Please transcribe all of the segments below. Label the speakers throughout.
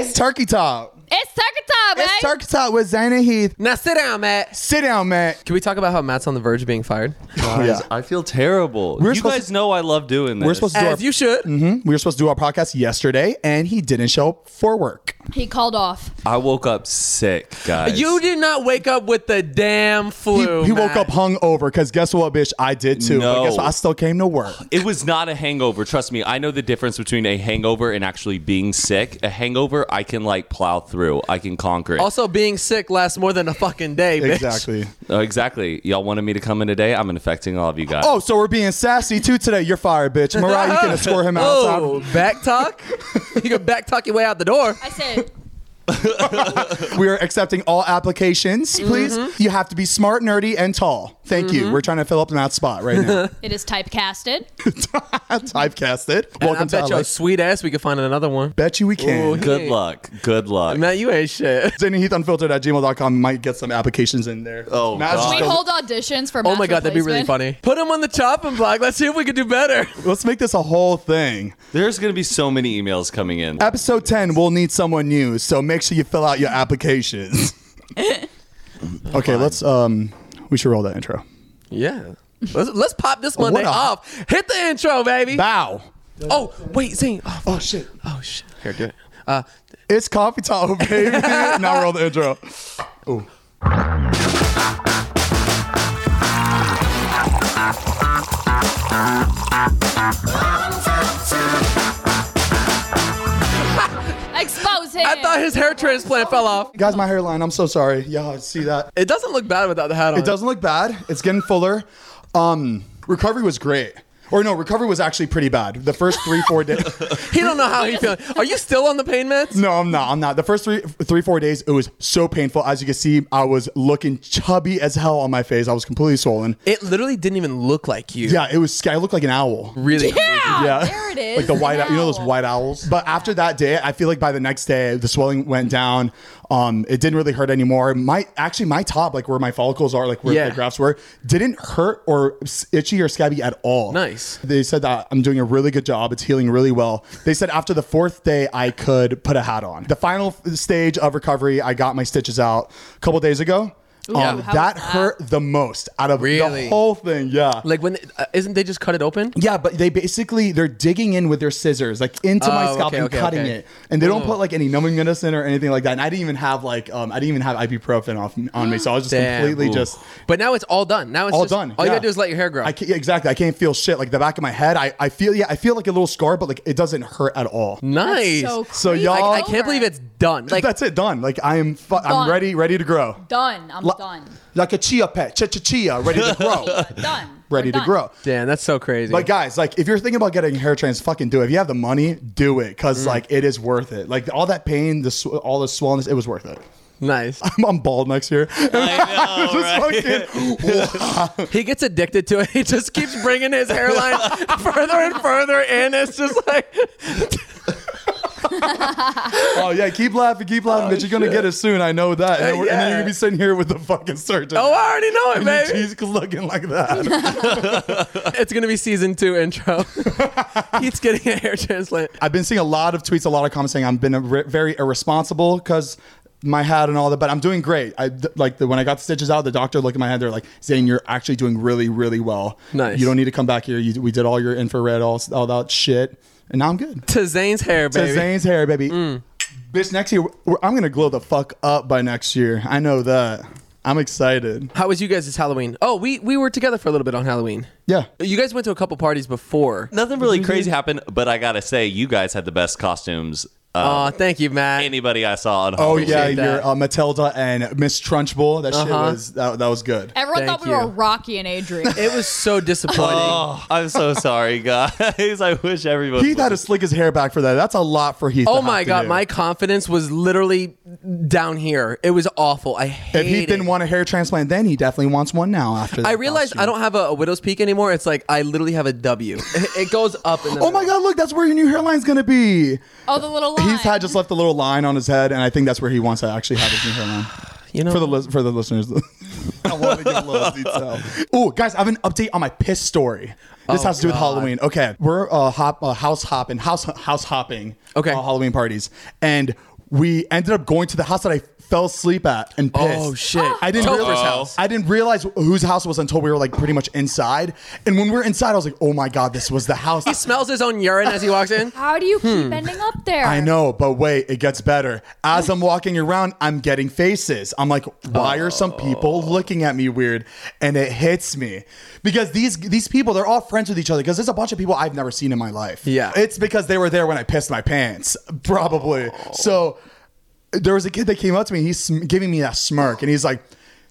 Speaker 1: Turkey Talk.
Speaker 2: It's turkey time, babe.
Speaker 1: It's Turkey Talk with Zayna Heath.
Speaker 3: Now sit down, Matt.
Speaker 1: Sit down, Matt.
Speaker 3: Can we talk about how Matt's on the verge of being fired?
Speaker 1: Oh, Yeah.
Speaker 4: I feel terrible.
Speaker 1: We're
Speaker 4: you
Speaker 1: supposed
Speaker 4: guys know I love doing this.
Speaker 1: We're supposed to do our,
Speaker 3: As you should.
Speaker 1: Mhm. we were supposed to do our podcast yesterday, and he didn't show up for work.
Speaker 2: He called off.
Speaker 4: I woke up sick, guys.
Speaker 3: You did not wake up with the damn
Speaker 1: He,
Speaker 3: flu.
Speaker 1: he woke
Speaker 3: Matt.
Speaker 1: up hung over because guess what, bitch? I did too. But
Speaker 4: No.
Speaker 1: guess what? I still came to work.
Speaker 4: It was not a hangover. Trust me. I know the difference between a hangover and actually being sick. A hangover, I can like plow through. I can conquer it.
Speaker 3: Also, being sick lasts more than a fucking day, bitch.
Speaker 1: Exactly.
Speaker 4: Oh, exactly. Y'all wanted me to come in today. I'm infecting all of you guys.
Speaker 1: Oh, so we're being sassy too today. You're fired, bitch. Mariah, you can escort him outside.
Speaker 3: Oh, back talk? you can back talk your way out the door.
Speaker 2: I said,
Speaker 1: We are accepting all applications,
Speaker 3: Mm-hmm.
Speaker 1: please. You have to be smart, nerdy, and tall. Thank you. We're trying to fill up that spot right now.
Speaker 2: it is typecasted.
Speaker 1: Typecasted. Welcome
Speaker 3: and I
Speaker 1: to
Speaker 3: bet your
Speaker 1: Alex.
Speaker 3: sweet ass we could find another one.
Speaker 1: Bet you we can.
Speaker 3: Ooh.
Speaker 4: Good
Speaker 3: Hey.
Speaker 4: luck. Good luck.
Speaker 3: Matt, you ain't shit.
Speaker 1: Zany Heath Unfiltered at gmail.com might get some applications in there.
Speaker 4: Oh,
Speaker 1: Matt's
Speaker 4: God.
Speaker 1: just
Speaker 2: We
Speaker 1: gonna-
Speaker 2: hold auditions for.
Speaker 3: Oh
Speaker 2: match
Speaker 3: my god, that'd be really
Speaker 2: replacement.
Speaker 3: funny. Put him on the chopping block. Let's see if we could do better.
Speaker 1: Let's make this a whole thing.
Speaker 4: There's going to be so many emails coming in.
Speaker 1: Episode 10, we'll need someone new, so make sure you fill out your applications. okay, let's um we should roll that intro.
Speaker 3: Yeah. Let's, let's pop this Monday
Speaker 1: a-
Speaker 3: off. Hit the intro, baby.
Speaker 1: Bow.
Speaker 3: Oh, wait, Zane. Oh,
Speaker 1: Oh shit.
Speaker 3: oh, shit. Here, do it. Uh,
Speaker 1: It's coffee talk, baby. now roll the intro. Ooh.
Speaker 2: Expose him.
Speaker 3: I thought his hair transplant fell off.
Speaker 1: Guys, my hairline, I'm so sorry. Y'all see that.
Speaker 3: It doesn't look bad without the hat on.
Speaker 1: It doesn't look bad. It's getting fuller. Um recovery was great. Or no, recovery was actually pretty bad. The first three, four days.
Speaker 3: He don't know how he feeling. Are you still on the pain meds?
Speaker 1: No, I'm not. I'm not. The first three, three, four days, it was so painful. As you can see, I was looking chubby as hell on my face. I was completely swollen.
Speaker 3: It literally didn't even look like you.
Speaker 1: Yeah, it was. sc- I looked like an owl.
Speaker 3: Really.
Speaker 2: Yeah,
Speaker 1: Yeah,
Speaker 2: there it is.
Speaker 1: like the white,
Speaker 2: Now.
Speaker 1: owl. you know those white owls. But after that day, I feel like by the next day, the swelling went down. Um, it didn't really hurt anymore. My actually, my top, like where my follicles are, like where
Speaker 3: Yeah.
Speaker 1: the grafts were, didn't hurt or s- itchy or scabby at all.
Speaker 3: Nice.
Speaker 1: They said that I'm doing a really good job. It's healing really well. They said after the fourth day, I could put a hat on. The final f- stage of recovery, I got my stitches out a couple days ago. um,
Speaker 2: how was
Speaker 1: that
Speaker 2: that?
Speaker 1: hurt the most out of
Speaker 3: Really?
Speaker 1: the whole thing. Yeah.
Speaker 3: Like when uh, isn't they just cut it open?
Speaker 1: Yeah, but they basically they're digging in with their scissors like into my
Speaker 3: Oh,
Speaker 1: scalp
Speaker 3: okay,
Speaker 1: and
Speaker 3: okay,
Speaker 1: cutting
Speaker 3: okay.
Speaker 1: it, and they don't put like any numbing medicine or anything like that. And I didn't even have like um I didn't even have ibuprofen off on me, so I was just
Speaker 3: Damn.
Speaker 1: completely
Speaker 3: Ooh.
Speaker 1: just
Speaker 3: But now it's all done. Now it's
Speaker 1: all
Speaker 3: just-
Speaker 1: done.
Speaker 3: All you
Speaker 1: Yeah.
Speaker 3: gotta do is let your hair grow.
Speaker 1: I can't, yeah, exactly. I can't feel shit like the back of my head. I I feel yeah I feel like a little scar, but like it doesn't hurt at all.
Speaker 3: Mm. nice.
Speaker 2: So, creepy.
Speaker 1: So y'all-
Speaker 3: I, I can't believe it's done. Like
Speaker 1: That's it, done. Like I am fu- I'm
Speaker 2: Done.
Speaker 1: ready ready to grow.
Speaker 2: done. I'm
Speaker 1: Li-
Speaker 2: done.
Speaker 1: Like a chia pet, chia chia chia, ready to grow,
Speaker 2: Done.
Speaker 1: ready to
Speaker 2: We're done.
Speaker 1: grow.
Speaker 3: damn, that's so crazy.
Speaker 1: But guys, like uh, if you're thinking about getting a hair trans, fucking do it. If you have the money, do it because like it is worth it. Like all that pain, the sw- all the swollenness, it was worth it.
Speaker 3: nice.
Speaker 1: I'm, I'm bald next year.
Speaker 4: I know, right?
Speaker 1: Just fucking-
Speaker 3: He gets addicted to it. He just keeps bringing his hairline further and further in. It's just like
Speaker 1: oh yeah, keep laughing, keep laughing, bitch. You're gonna get it soon. I know that. And, then we're- and then
Speaker 3: yeah.
Speaker 1: you're gonna be sitting here with the fucking surgeon.
Speaker 3: oh, I already know it,
Speaker 1: And
Speaker 3: baby.
Speaker 1: your cheeks looking like that.
Speaker 3: It's gonna be season two intro. He's getting a hair transplant.
Speaker 1: I've been seeing a lot of tweets, a lot of comments saying I've been a re- very irresponsible because my head and all that, but I'm doing great. I th- like the, when I got the stitches out, the doctor looked at my head. They're like, "Zane, you're actually doing really, really well.
Speaker 3: Nice.
Speaker 1: You don't need to come back here. You, we did all your infrared, all all that shit, and now I'm good."
Speaker 3: To Zane's hair,
Speaker 1: To
Speaker 3: baby. Mm.
Speaker 1: Zane's hair, baby. Bitch, next year we're, I'm gonna glow the fuck up by next year. I know that. I'm excited.
Speaker 3: How was you guys' Halloween? Oh, we we were together for a little bit on Halloween.
Speaker 1: Yeah.
Speaker 3: You guys went to a couple parties before.
Speaker 4: Nothing really
Speaker 1: Mm-hmm.
Speaker 4: crazy happened, but I got to say, you guys had the best costumes. Uh,
Speaker 3: Oh, thank you, Matt.
Speaker 4: anybody I saw on
Speaker 1: Oh
Speaker 4: Halloween.
Speaker 1: yeah,
Speaker 3: Appreciate that. Uh-huh.
Speaker 1: your uh, Matilda and Miss Trunchbull. That shit was that, that was good.
Speaker 2: Everyone
Speaker 3: Thank
Speaker 2: thought we were
Speaker 3: you.
Speaker 2: Rocky and Adrian.
Speaker 3: It was so disappointing.
Speaker 4: Oh, I'm so sorry, guys. I wish everyone.
Speaker 1: Heath had to slick his hair back for that. That's a lot for Heath. to
Speaker 3: Oh
Speaker 1: have
Speaker 3: my
Speaker 1: to
Speaker 3: god,
Speaker 1: do.
Speaker 3: my confidence was literally down here. It was awful. I hate
Speaker 1: If Heath
Speaker 3: it.
Speaker 1: didn't want a hair transplant, then he definitely wants one now. After that
Speaker 3: I realized I
Speaker 1: costume.
Speaker 3: don't have a, a widow's peak anymore. It's like I literally have a W. It, it goes up. And then
Speaker 1: Oh my god! Look, that's where your new hairline's gonna be.
Speaker 2: oh, the little line.
Speaker 1: Heath had just left a little line on his head, and I think that's where he wants to actually have his new hairline.
Speaker 3: You know,
Speaker 1: for the lis- for the listeners. I want to give a little detail. Oh, guys, I have an update on my piss story. This
Speaker 3: Oh,
Speaker 1: has to do with Halloween. Okay, we're uh, hop uh, house hopping, house house hopping.
Speaker 3: Okay.
Speaker 1: uh, Halloween parties, and we ended up going to the house that I fell asleep at and pissed.
Speaker 3: Oh, shit.
Speaker 1: I didn't
Speaker 3: Topher's
Speaker 1: realize
Speaker 4: house.
Speaker 1: I didn't realize whose house it was until we were like pretty much inside. And when we were inside, I was like, "Oh my god, this was the house."
Speaker 3: He smells his own urine as he walks in.
Speaker 2: How do you keep ending up there?
Speaker 1: Hmm. I know, but wait, it gets better. As I'm walking around, I'm getting faces. I'm like, why are some people looking at me weird? And it hits me because these these people, they're all friends with each other because there's a bunch of people I've never seen in my life.
Speaker 3: Yeah.
Speaker 1: it's because they were there when I pissed my pants, probably. So there was a kid that came up to me. He's sm- giving me that smirk, and he's like,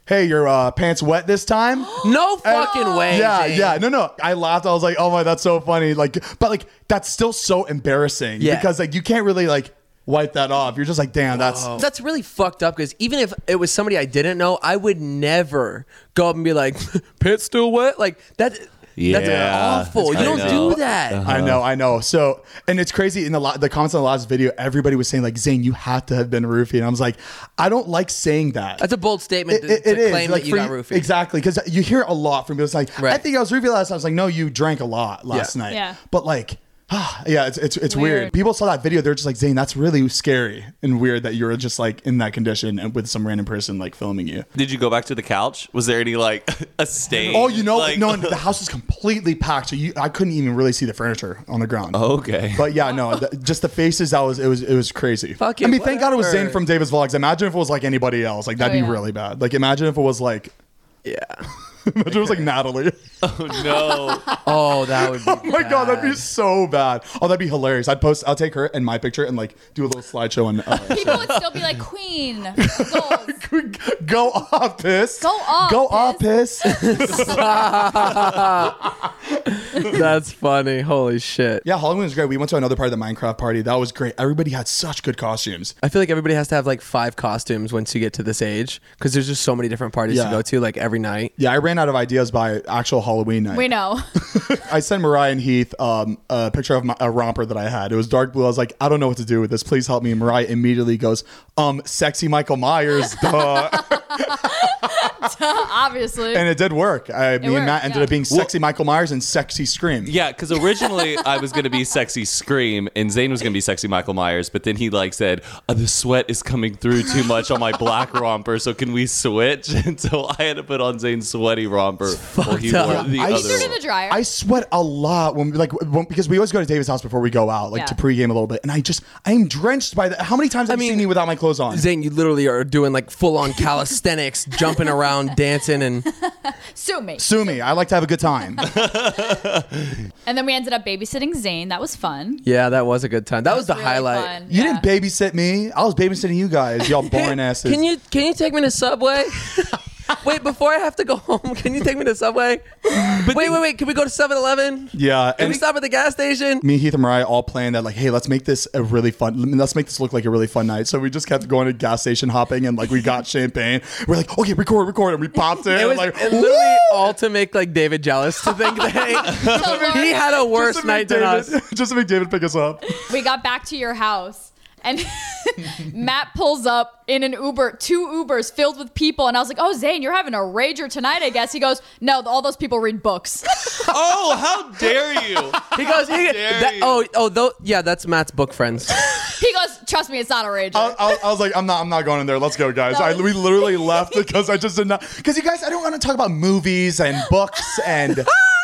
Speaker 1: "Hey, your uh, pants wet this time?"
Speaker 3: No fucking way.
Speaker 1: Yeah,
Speaker 3: Zane.
Speaker 1: yeah. No, no. I laughed. I was like, oh my, that's so funny. Like, but like, that's still so embarrassing
Speaker 3: Yeah.
Speaker 1: because like you can't really like wipe that off. You're just like, damn, that's.
Speaker 4: Oh.
Speaker 3: That's really fucked up because even if it was somebody I didn't know, I would never go up and be like, "Pits still wet." Like that. That's
Speaker 4: Yeah.
Speaker 3: awful.
Speaker 4: That's
Speaker 3: you don't
Speaker 4: kinda Uh-huh. dumb.
Speaker 3: do that.
Speaker 1: I know, I know. So, and it's crazy. In the la- the comments on the last video, everybody was saying like, "Zane, you have to have been roofied." And I was like, I don't like saying that.
Speaker 3: That's a bold statement to,
Speaker 1: It- it
Speaker 3: to
Speaker 1: is,
Speaker 3: claim
Speaker 1: like,
Speaker 3: that you
Speaker 1: for
Speaker 3: got
Speaker 1: you-
Speaker 3: roofied.
Speaker 1: Exactly, because you hear it a lot from people. It's like, I
Speaker 3: Right.
Speaker 1: think I was roofied last night. I was like, no, you drank a lot last
Speaker 3: Yeah.
Speaker 1: night.
Speaker 2: Yeah.
Speaker 1: But like, ah, yeah, it's it's, it's weird.
Speaker 2: Weird.
Speaker 1: People saw that video. They're just like, Zane, that's really scary and weird that you're just like in that condition and with some random person like filming you.
Speaker 4: Did you go back to the couch? Was there any like a stain?
Speaker 1: Oh, you know,
Speaker 4: Like-
Speaker 1: no, and the house is completely packed, so you, I couldn't even really see the furniture on the ground.
Speaker 3: Oh.
Speaker 4: Okay.
Speaker 1: But yeah, no, th- just the faces. That was it was it was crazy.
Speaker 3: Fuck
Speaker 1: I
Speaker 3: it,
Speaker 1: mean, thank God it was Zane
Speaker 3: whatever.
Speaker 1: from Davis Vlogs. Imagine if it was like anybody else. Like that'd
Speaker 2: Oh,
Speaker 1: be
Speaker 2: yeah.
Speaker 1: really bad. Like imagine if it was like
Speaker 3: Yeah.
Speaker 1: imagine if it was like Natalie.
Speaker 4: Oh, no.
Speaker 3: Oh, that would. Be
Speaker 1: Oh my god, that'd be so bad. Oh, that'd be hilarious. I'd post, I'll take her and my picture and like do a little slideshow and uh,
Speaker 2: People would still be like, Queen, goals.
Speaker 1: go off, piss.
Speaker 2: Go off,
Speaker 1: Go off, piss.
Speaker 3: That's funny. Holy shit.
Speaker 1: yeah, Halloween was great. We went to another part of the Minecraft party. That was great. Everybody had such good costumes.
Speaker 3: I feel like everybody has to have like five costumes once you get to this age because there's just so many different parties
Speaker 1: Yeah.
Speaker 3: to go to like every night.
Speaker 1: Yeah, I ran out of ideas by actual Halloween night.
Speaker 2: We know.
Speaker 1: I sent Mariah and Heath um, a picture of my, a romper that I had. It was dark blue. I was like, I don't know what to do with this. Please help me. And Mariah immediately goes, um, sexy Michael Myers, duh.
Speaker 2: Obviously.
Speaker 1: and it did work. I, me and
Speaker 2: worked,
Speaker 1: Matt ended
Speaker 2: yeah.
Speaker 1: up being sexy Michael Myers and sexy Scream.
Speaker 4: Yeah, because originally I was gonna be sexy scream and Zayn was gonna be sexy Michael Myers, but then he like said, "Uh, "The sweat is coming through too much on my black romper, so can we switch?" And so I had to put on Zane's sweaty romper while he
Speaker 3: up.
Speaker 4: wore the
Speaker 1: I
Speaker 4: other.
Speaker 2: threw it in
Speaker 4: one.
Speaker 2: the dryer.
Speaker 1: I sweat a lot when like when, because we always go to David's house before we go out, like
Speaker 2: Yeah.
Speaker 1: to pregame a little bit, and I just I am drenched by that. How many times have you
Speaker 3: mean,
Speaker 1: seen me without my clothes on?
Speaker 3: Zane, you literally are doing like full on calisthenics, jumping around, dancing, and
Speaker 2: Sue me.
Speaker 1: Sue me. I like to have a good time.
Speaker 2: And then we ended up babysitting Zane. That was fun.
Speaker 3: yeah, that was a good time. That, was the
Speaker 2: Really
Speaker 3: highlight.
Speaker 2: fun.
Speaker 1: You
Speaker 2: Yeah.
Speaker 1: didn't babysit me. I was babysitting you guys. Y'all boring asses.
Speaker 3: Can you can you take me to Subway? wait, before I have to go home, can you take me to Subway? wait, wait, wait. Can we go to 7-Eleven? Can
Speaker 1: Yeah.
Speaker 3: we
Speaker 1: And
Speaker 3: stop at the gas station?
Speaker 1: me, Heath, and Mariah all planned that like, hey, let's make this a really fun. Let's make this look like a really fun night. So we just kept going to gas station hopping, and like we got champagne. We're like, okay, record, record, and we popped it.
Speaker 3: It
Speaker 1: and,
Speaker 3: was
Speaker 1: like,
Speaker 3: it literally all to make like David jealous to think that he had a worse
Speaker 1: to make
Speaker 3: night than us.
Speaker 1: David, just to make David pick us up.
Speaker 2: We got back to your house. And Matt pulls up in an Uber, two Ubers filled with people. And I was like, oh, Zane, you're having a rager tonight, I guess. He goes, no, all those people read books.
Speaker 4: Oh, how dare you!
Speaker 3: He goes, he,
Speaker 4: dare
Speaker 3: that,
Speaker 4: you.
Speaker 3: oh, oh, though, yeah, that's Matt's book friends.
Speaker 2: He goes, trust me, it's not a rager.
Speaker 1: I, I, I was like, I'm not, I'm not going in there. Let's go, guys. I, we literally left because I just did not. Because you guys, I don't want to talk about movies and books and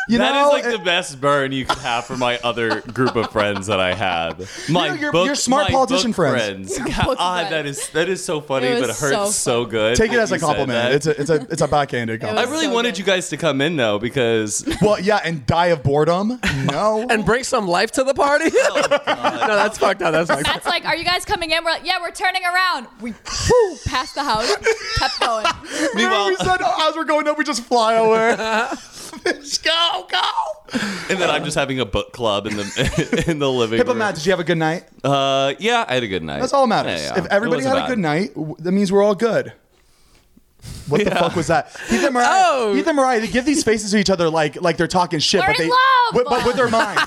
Speaker 1: you
Speaker 4: That
Speaker 1: know. eh,
Speaker 4: is like
Speaker 1: it-
Speaker 4: the best burn you could have for my other group of friends that I had. My
Speaker 1: know, you're-
Speaker 4: book,
Speaker 1: you're smart
Speaker 4: my
Speaker 1: politician
Speaker 4: book
Speaker 1: friends.
Speaker 2: You're
Speaker 4: God,
Speaker 2: book
Speaker 4: that
Speaker 2: friends.
Speaker 4: is that is so funny,
Speaker 2: It
Speaker 4: but it
Speaker 2: was
Speaker 4: hurts so,
Speaker 2: so
Speaker 4: good.
Speaker 1: Take it
Speaker 4: that
Speaker 1: as a
Speaker 4: you said
Speaker 1: compliment.
Speaker 4: that.
Speaker 1: It's a, it's a, it's a backhanded
Speaker 4: I
Speaker 1: compliment.
Speaker 4: really
Speaker 2: so
Speaker 4: wanted
Speaker 2: good.
Speaker 4: you guys to come in though because
Speaker 1: well, yeah, and die of boredom. No.
Speaker 3: And bring some life to the party. no, that's fucked up. That's fucked up.
Speaker 2: Matt's like, are you guys coming in? We're like, yeah, we're turning around. We whoo, past the house, kept going.
Speaker 1: Yeah, we
Speaker 4: meanwhile,
Speaker 1: said oh, as we're going up, we just fly away. go, go.
Speaker 4: and then I'm just having a book club in the in the living
Speaker 1: Hippo
Speaker 4: room.
Speaker 1: Matt, did you have a good night?
Speaker 4: Uh, yeah, I had a good night.
Speaker 1: That's all that matters.
Speaker 4: Yeah, yeah.
Speaker 1: If everybody
Speaker 4: It
Speaker 1: had
Speaker 4: wasn't
Speaker 1: a good
Speaker 4: bad.
Speaker 1: night, w- that means we're all good. What the fuck was that? Heath and Mariah,
Speaker 3: Oh.
Speaker 1: Heath and Mariah, they give these faces to each other like like they're talking shit,
Speaker 2: We're
Speaker 1: but
Speaker 2: in
Speaker 1: they
Speaker 2: love.
Speaker 1: With, but with their minds,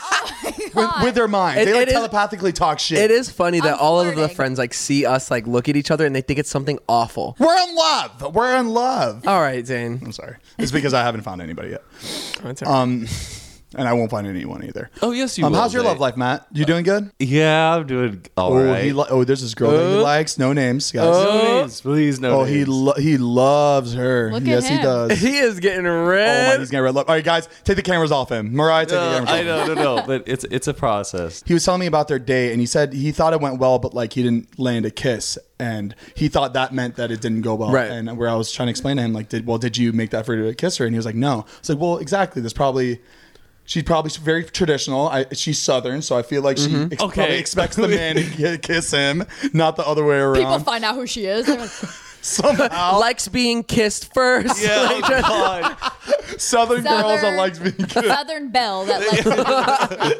Speaker 1: with, with their minds,
Speaker 3: It-
Speaker 1: they like
Speaker 3: it is-
Speaker 1: telepathically talk shit.
Speaker 3: It is funny that
Speaker 2: I'm
Speaker 3: all of the
Speaker 2: flirting.
Speaker 3: friends like see us like look at each other and they think it's something awful.
Speaker 1: We're in love. We're in love.
Speaker 3: All right, Zane.
Speaker 1: I'm sorry. It's because I haven't found anybody yet.
Speaker 3: Um,
Speaker 1: and I won't find anyone either.
Speaker 4: Oh, yes, you
Speaker 1: Um,
Speaker 4: will,
Speaker 1: how's your
Speaker 4: Zay.
Speaker 1: love life, Matt? You doing good?
Speaker 4: Yeah, I'm doing all
Speaker 1: oh,
Speaker 4: right.
Speaker 1: he li- oh, there's this girl that he likes. No names, guys. Oh,
Speaker 4: please, please, no.
Speaker 1: he
Speaker 4: names.
Speaker 1: lo- he loves her.
Speaker 2: Look at
Speaker 1: yes,
Speaker 2: him.
Speaker 1: he does.
Speaker 3: He is getting
Speaker 1: Oh, my,
Speaker 3: red.
Speaker 1: he's gonna red love. All right, guys, take the cameras off him. Mariah, take the
Speaker 4: Uh,
Speaker 1: cameras off.
Speaker 4: I know, no, no, but it's it's a process.
Speaker 1: he was telling me about their date and he said he thought it went well but like he didn't land a kiss and he thought that meant that it didn't go well
Speaker 3: Right.
Speaker 1: and where i was trying to explain to him like did well did you make the effort to kiss her and he was like no it's like well exactly There's probably She's probably very traditional. I, she's southern, so I feel like she ex-
Speaker 4: Okay.
Speaker 1: probably expects the man to ki- kiss him, not the other way around.
Speaker 2: People find out who she is. They're like,
Speaker 1: Somehow,
Speaker 3: Likes being kissed first.
Speaker 4: Yeah,
Speaker 3: Like,
Speaker 4: God.
Speaker 1: southern, girls
Speaker 2: Southern.
Speaker 1: are like being kissed.
Speaker 2: Southern Belle that likes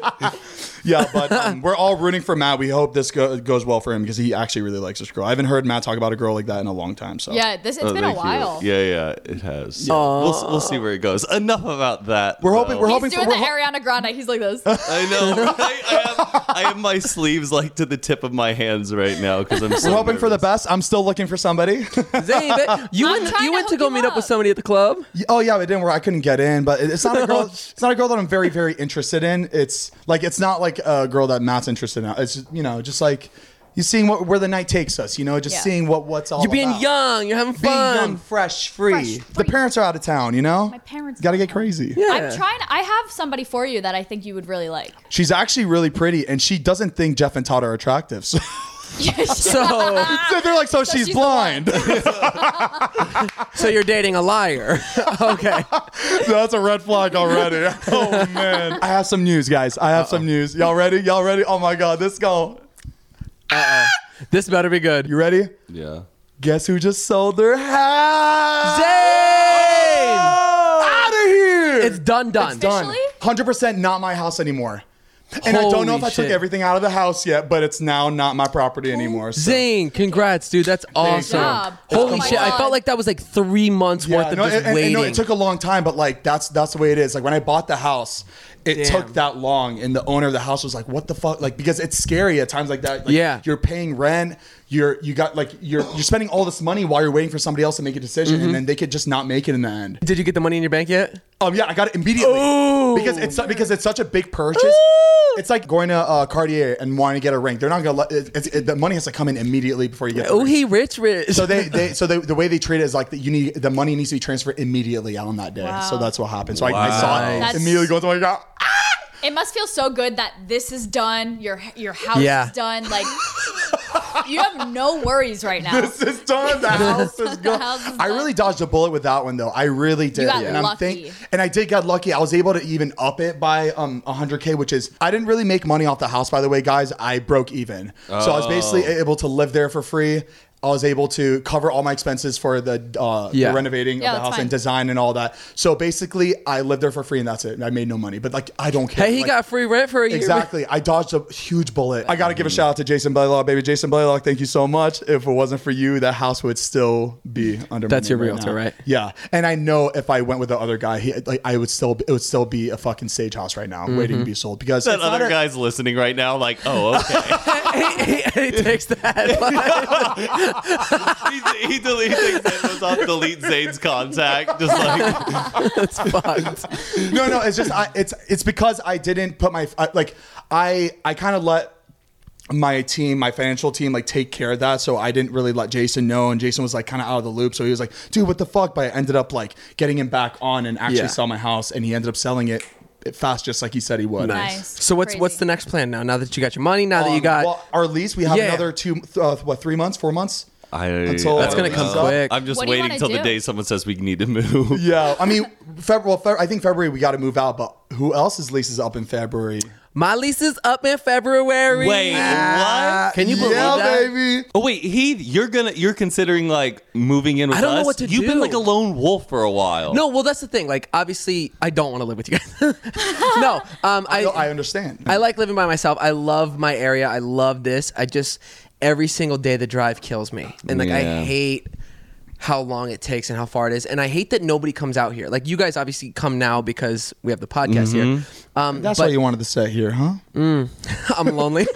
Speaker 1: Yeah, but um, we're all rooting for Matt. We hope this go- goes well for him because he actually really likes this girl. I haven't heard Matt talk about a girl like that in a long time. So
Speaker 2: Yeah, this it's
Speaker 4: Oh,
Speaker 2: been a
Speaker 4: thank you.
Speaker 2: while.
Speaker 4: Yeah, yeah, it has. We'll, we'll see where it goes. Enough about that.
Speaker 1: We're hoping-
Speaker 4: though.
Speaker 1: we're
Speaker 2: He's
Speaker 1: hoping for-
Speaker 2: doing the
Speaker 1: we're ho-
Speaker 2: Ariana Grande. He's like this.
Speaker 4: I know. right? I, have, I have my sleeves like to the tip of my hands right now because I'm. So
Speaker 1: We're hoping for the
Speaker 4: nervous.
Speaker 1: best. I'm still looking for somebody.
Speaker 3: Zane, that- you
Speaker 2: I'm
Speaker 3: went,
Speaker 2: trying
Speaker 3: you
Speaker 2: to
Speaker 3: went to
Speaker 2: hook
Speaker 3: go
Speaker 2: him
Speaker 3: meet up with
Speaker 2: up.
Speaker 3: somebody at the club.
Speaker 1: oh yeah, it didn't work. I couldn't get in, but it- it's not a girl. it's not a girl that I'm very very interested in. It's like it's not like a girl that Matt's interested in. It's you know just like you seeing what where the night takes us. You know, just
Speaker 2: Yeah.
Speaker 1: seeing what what's all.
Speaker 3: You're being
Speaker 1: about.
Speaker 3: young. You're having
Speaker 1: being
Speaker 3: fun.
Speaker 1: young, fresh, free.
Speaker 2: Fresh,
Speaker 1: The
Speaker 2: free.
Speaker 1: parents are out of town. You know, my
Speaker 2: parents
Speaker 1: got to
Speaker 2: are
Speaker 1: get
Speaker 2: out.
Speaker 1: crazy.
Speaker 3: Yeah.
Speaker 2: I'm trying. I have somebody for you that I think you would really like.
Speaker 1: She's actually really pretty, and she doesn't think Jeff and Todd are attractive. So,
Speaker 3: So,
Speaker 1: so they're like, so, she's,
Speaker 2: she's
Speaker 1: blind.
Speaker 3: so you're dating a liar. okay.
Speaker 1: That's a red flag already. Oh man. I have some news, guys. I have some news. Y'all ready? Y'all ready? Oh my god, this go.
Speaker 3: This better be good.
Speaker 1: You ready?
Speaker 4: Yeah.
Speaker 1: Guess who just sold their house? Oh!
Speaker 3: Zane!
Speaker 1: Out of here!
Speaker 3: It's done, done.
Speaker 1: done.
Speaker 2: Officially?
Speaker 1: 100% not my house anymore. And I don't know if
Speaker 3: Holy
Speaker 1: I took
Speaker 3: shit.
Speaker 1: everything out of the house yet, but it's now not my property anymore. So.
Speaker 3: Zane, congrats, dude. That's awesome.
Speaker 2: job.
Speaker 3: Holy
Speaker 2: Oh my
Speaker 3: shit. I
Speaker 2: God.
Speaker 3: felt like that was like three months worth of
Speaker 1: no,
Speaker 3: just
Speaker 1: and- and- and
Speaker 3: waiting.
Speaker 1: no, it took a long time, but like that's that's the way it is. Like when I bought the house, it
Speaker 3: Damn.
Speaker 1: took that long, and the owner of the house was like, "What the fuck?" Like because it's scary at times like that. Like,
Speaker 3: Yeah.
Speaker 1: you're paying rent, you're you got like you're you're spending all this money while you're waiting for somebody else to make a decision,
Speaker 3: Mm-hmm.
Speaker 1: and then they could just not make it in the end.
Speaker 3: Did you get the money in your bank yet?
Speaker 1: Um, yeah, I got it immediately
Speaker 3: Ooh.
Speaker 1: because it's su- because it's such a big purchase. It's like going to uh, Cartier and wanting to get a ring. They're not gonna let it, it's it, the money has to come in immediately before you get. the
Speaker 3: Oh,
Speaker 1: ring.
Speaker 3: he rich, rich.
Speaker 1: So they, they so they, the way they treat it is like that you need the money needs to be transferred immediately on that day.
Speaker 2: Wow.
Speaker 1: So that's what happened. So I, I saw it
Speaker 4: Wow.
Speaker 2: That's-
Speaker 1: immediately going, oh my god.
Speaker 2: It must feel so good that this is done. Your your house
Speaker 3: Yeah.
Speaker 2: is done. Like you have no worries right now.
Speaker 1: This is done. The house is gone.
Speaker 2: house is
Speaker 1: I
Speaker 2: done.
Speaker 1: really dodged a bullet with that one though. I really did.
Speaker 2: got
Speaker 1: and I'm
Speaker 2: lucky.
Speaker 1: think, and I did get lucky. I was able to even up it by um 100k, which is I didn't really make money off the house by the way, guys. I broke even. So I was basically able to live there for free. I was able to cover all my expenses for the, uh,
Speaker 3: Yeah.
Speaker 1: the renovating of the
Speaker 2: Yeah, that's
Speaker 1: house
Speaker 2: fine.
Speaker 1: and design and all that. So basically, I lived there for free and that's it. I made no money, but like I don't care.
Speaker 3: hey, he
Speaker 1: Like,
Speaker 3: got free rent for a year.
Speaker 1: Exactly. I dodged a huge bullet. I got to give a shout out to Jason Blaylock, baby. Jason Blaylock, thank you so much. If it wasn't for you, that house would still be under. my
Speaker 3: That's
Speaker 1: name
Speaker 3: your
Speaker 1: right
Speaker 3: realtor,
Speaker 1: now.
Speaker 3: right?
Speaker 1: Yeah, and I know if I went with the other guy, he like I would still it would still be a fucking stage house right
Speaker 3: Mm-hmm.
Speaker 1: now, waiting to be sold because
Speaker 4: That
Speaker 1: it's not
Speaker 4: other
Speaker 1: a-
Speaker 4: guy's listening right now, like, oh, okay.
Speaker 3: he, he, he takes the headline.
Speaker 4: he he, delete, he takes those off, delete Zane's contact. Just like,
Speaker 3: That's fucked.
Speaker 1: no, no. It's just I, it's it's because I didn't put my I, like I I kind of let my team, my financial team, like take care of that. So I didn't really let Jason know, and Jason was like kind of out of the loop. So he was like, "Dude, what the fuck?" But I ended up like getting him back on and actually
Speaker 3: Yeah.
Speaker 1: sell my house, and he ended up selling it fast, just like he said he would.
Speaker 2: Nice.
Speaker 3: So what's
Speaker 2: Crazy.
Speaker 3: what's the next plan now? Now that you got your money, now that you
Speaker 1: Um,
Speaker 3: got
Speaker 1: well, our lease. We have
Speaker 3: Yeah.
Speaker 1: another two, th- uh, what, three months, four months.
Speaker 4: I,
Speaker 1: Until-
Speaker 3: That's gonna
Speaker 4: I don't
Speaker 3: come
Speaker 4: know.
Speaker 3: quick.
Speaker 4: I'm just
Speaker 2: What do you
Speaker 4: waiting
Speaker 2: wanna
Speaker 4: until the
Speaker 2: do?
Speaker 4: day someone says we need to move.
Speaker 1: Yeah, I mean, February. Fe- I think February we got to move out, but who else's lease is up in February?
Speaker 3: my lease is up in February. Ah.
Speaker 4: Wait, what?
Speaker 3: Can you believe
Speaker 1: yeah,
Speaker 3: that?
Speaker 1: baby.
Speaker 4: Oh wait, Heath, you're gonna you're considering like moving in with
Speaker 3: I don't know
Speaker 4: us.
Speaker 3: what to
Speaker 4: You've been
Speaker 3: do.
Speaker 4: like a lone wolf for a while.
Speaker 3: No, well that's the thing. Like obviously I don't want to live with you guys. no. Um I
Speaker 1: No, I understand.
Speaker 3: I like living by myself. I love my area. I love this. I just every single day the drive kills me, and like I
Speaker 4: Yeah.
Speaker 3: hate how long it takes and how far it is. And I hate that nobody comes out here. Like you guys obviously come now because we have the podcast here. Um,
Speaker 1: That's
Speaker 3: but- Mm.
Speaker 1: what you wanted to say here, huh?
Speaker 3: I'm lonely.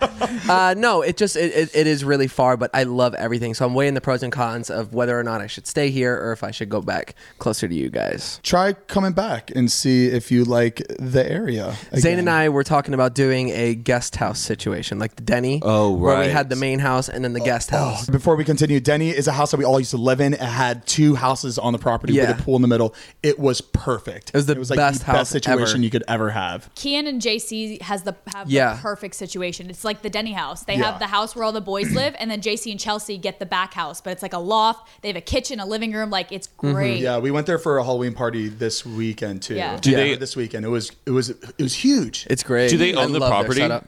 Speaker 3: uh, no, it just it, it, it is really far, but I love everything. So I'm weighing the pros and cons of whether or not I should stay here or if I should go back closer to you guys.
Speaker 1: Try coming back and see if you like the area.
Speaker 3: Zane and I were talking about doing a guest house situation, like the Denny.
Speaker 4: Oh,
Speaker 3: Where we
Speaker 4: right.
Speaker 3: had the main house and then
Speaker 1: Oh,
Speaker 3: the guest house.
Speaker 1: Before we continue, Denny is a house that we all used to live in. It had two houses on the property
Speaker 3: Yeah.
Speaker 1: with a pool in the middle. It was perfect. It
Speaker 3: was the best house
Speaker 1: situation
Speaker 3: ever.
Speaker 1: you could ever have.
Speaker 2: Kian and JC has the have
Speaker 3: Yeah.
Speaker 2: the perfect situation. It's like the Denny house. They
Speaker 1: Yeah.
Speaker 2: have the house where all the boys live, and then JC and Chelsea get the back house, but it's like a loft. They have a kitchen, a living room. Like it's great.
Speaker 1: Mm-hmm. Yeah, we went there for a Halloween party this weekend too.
Speaker 2: Yeah.
Speaker 4: Do they-
Speaker 1: this weekend? It was it was it was huge.
Speaker 3: It's great.
Speaker 4: Do they
Speaker 3: I
Speaker 4: own the
Speaker 3: love their
Speaker 4: property?
Speaker 3: setup.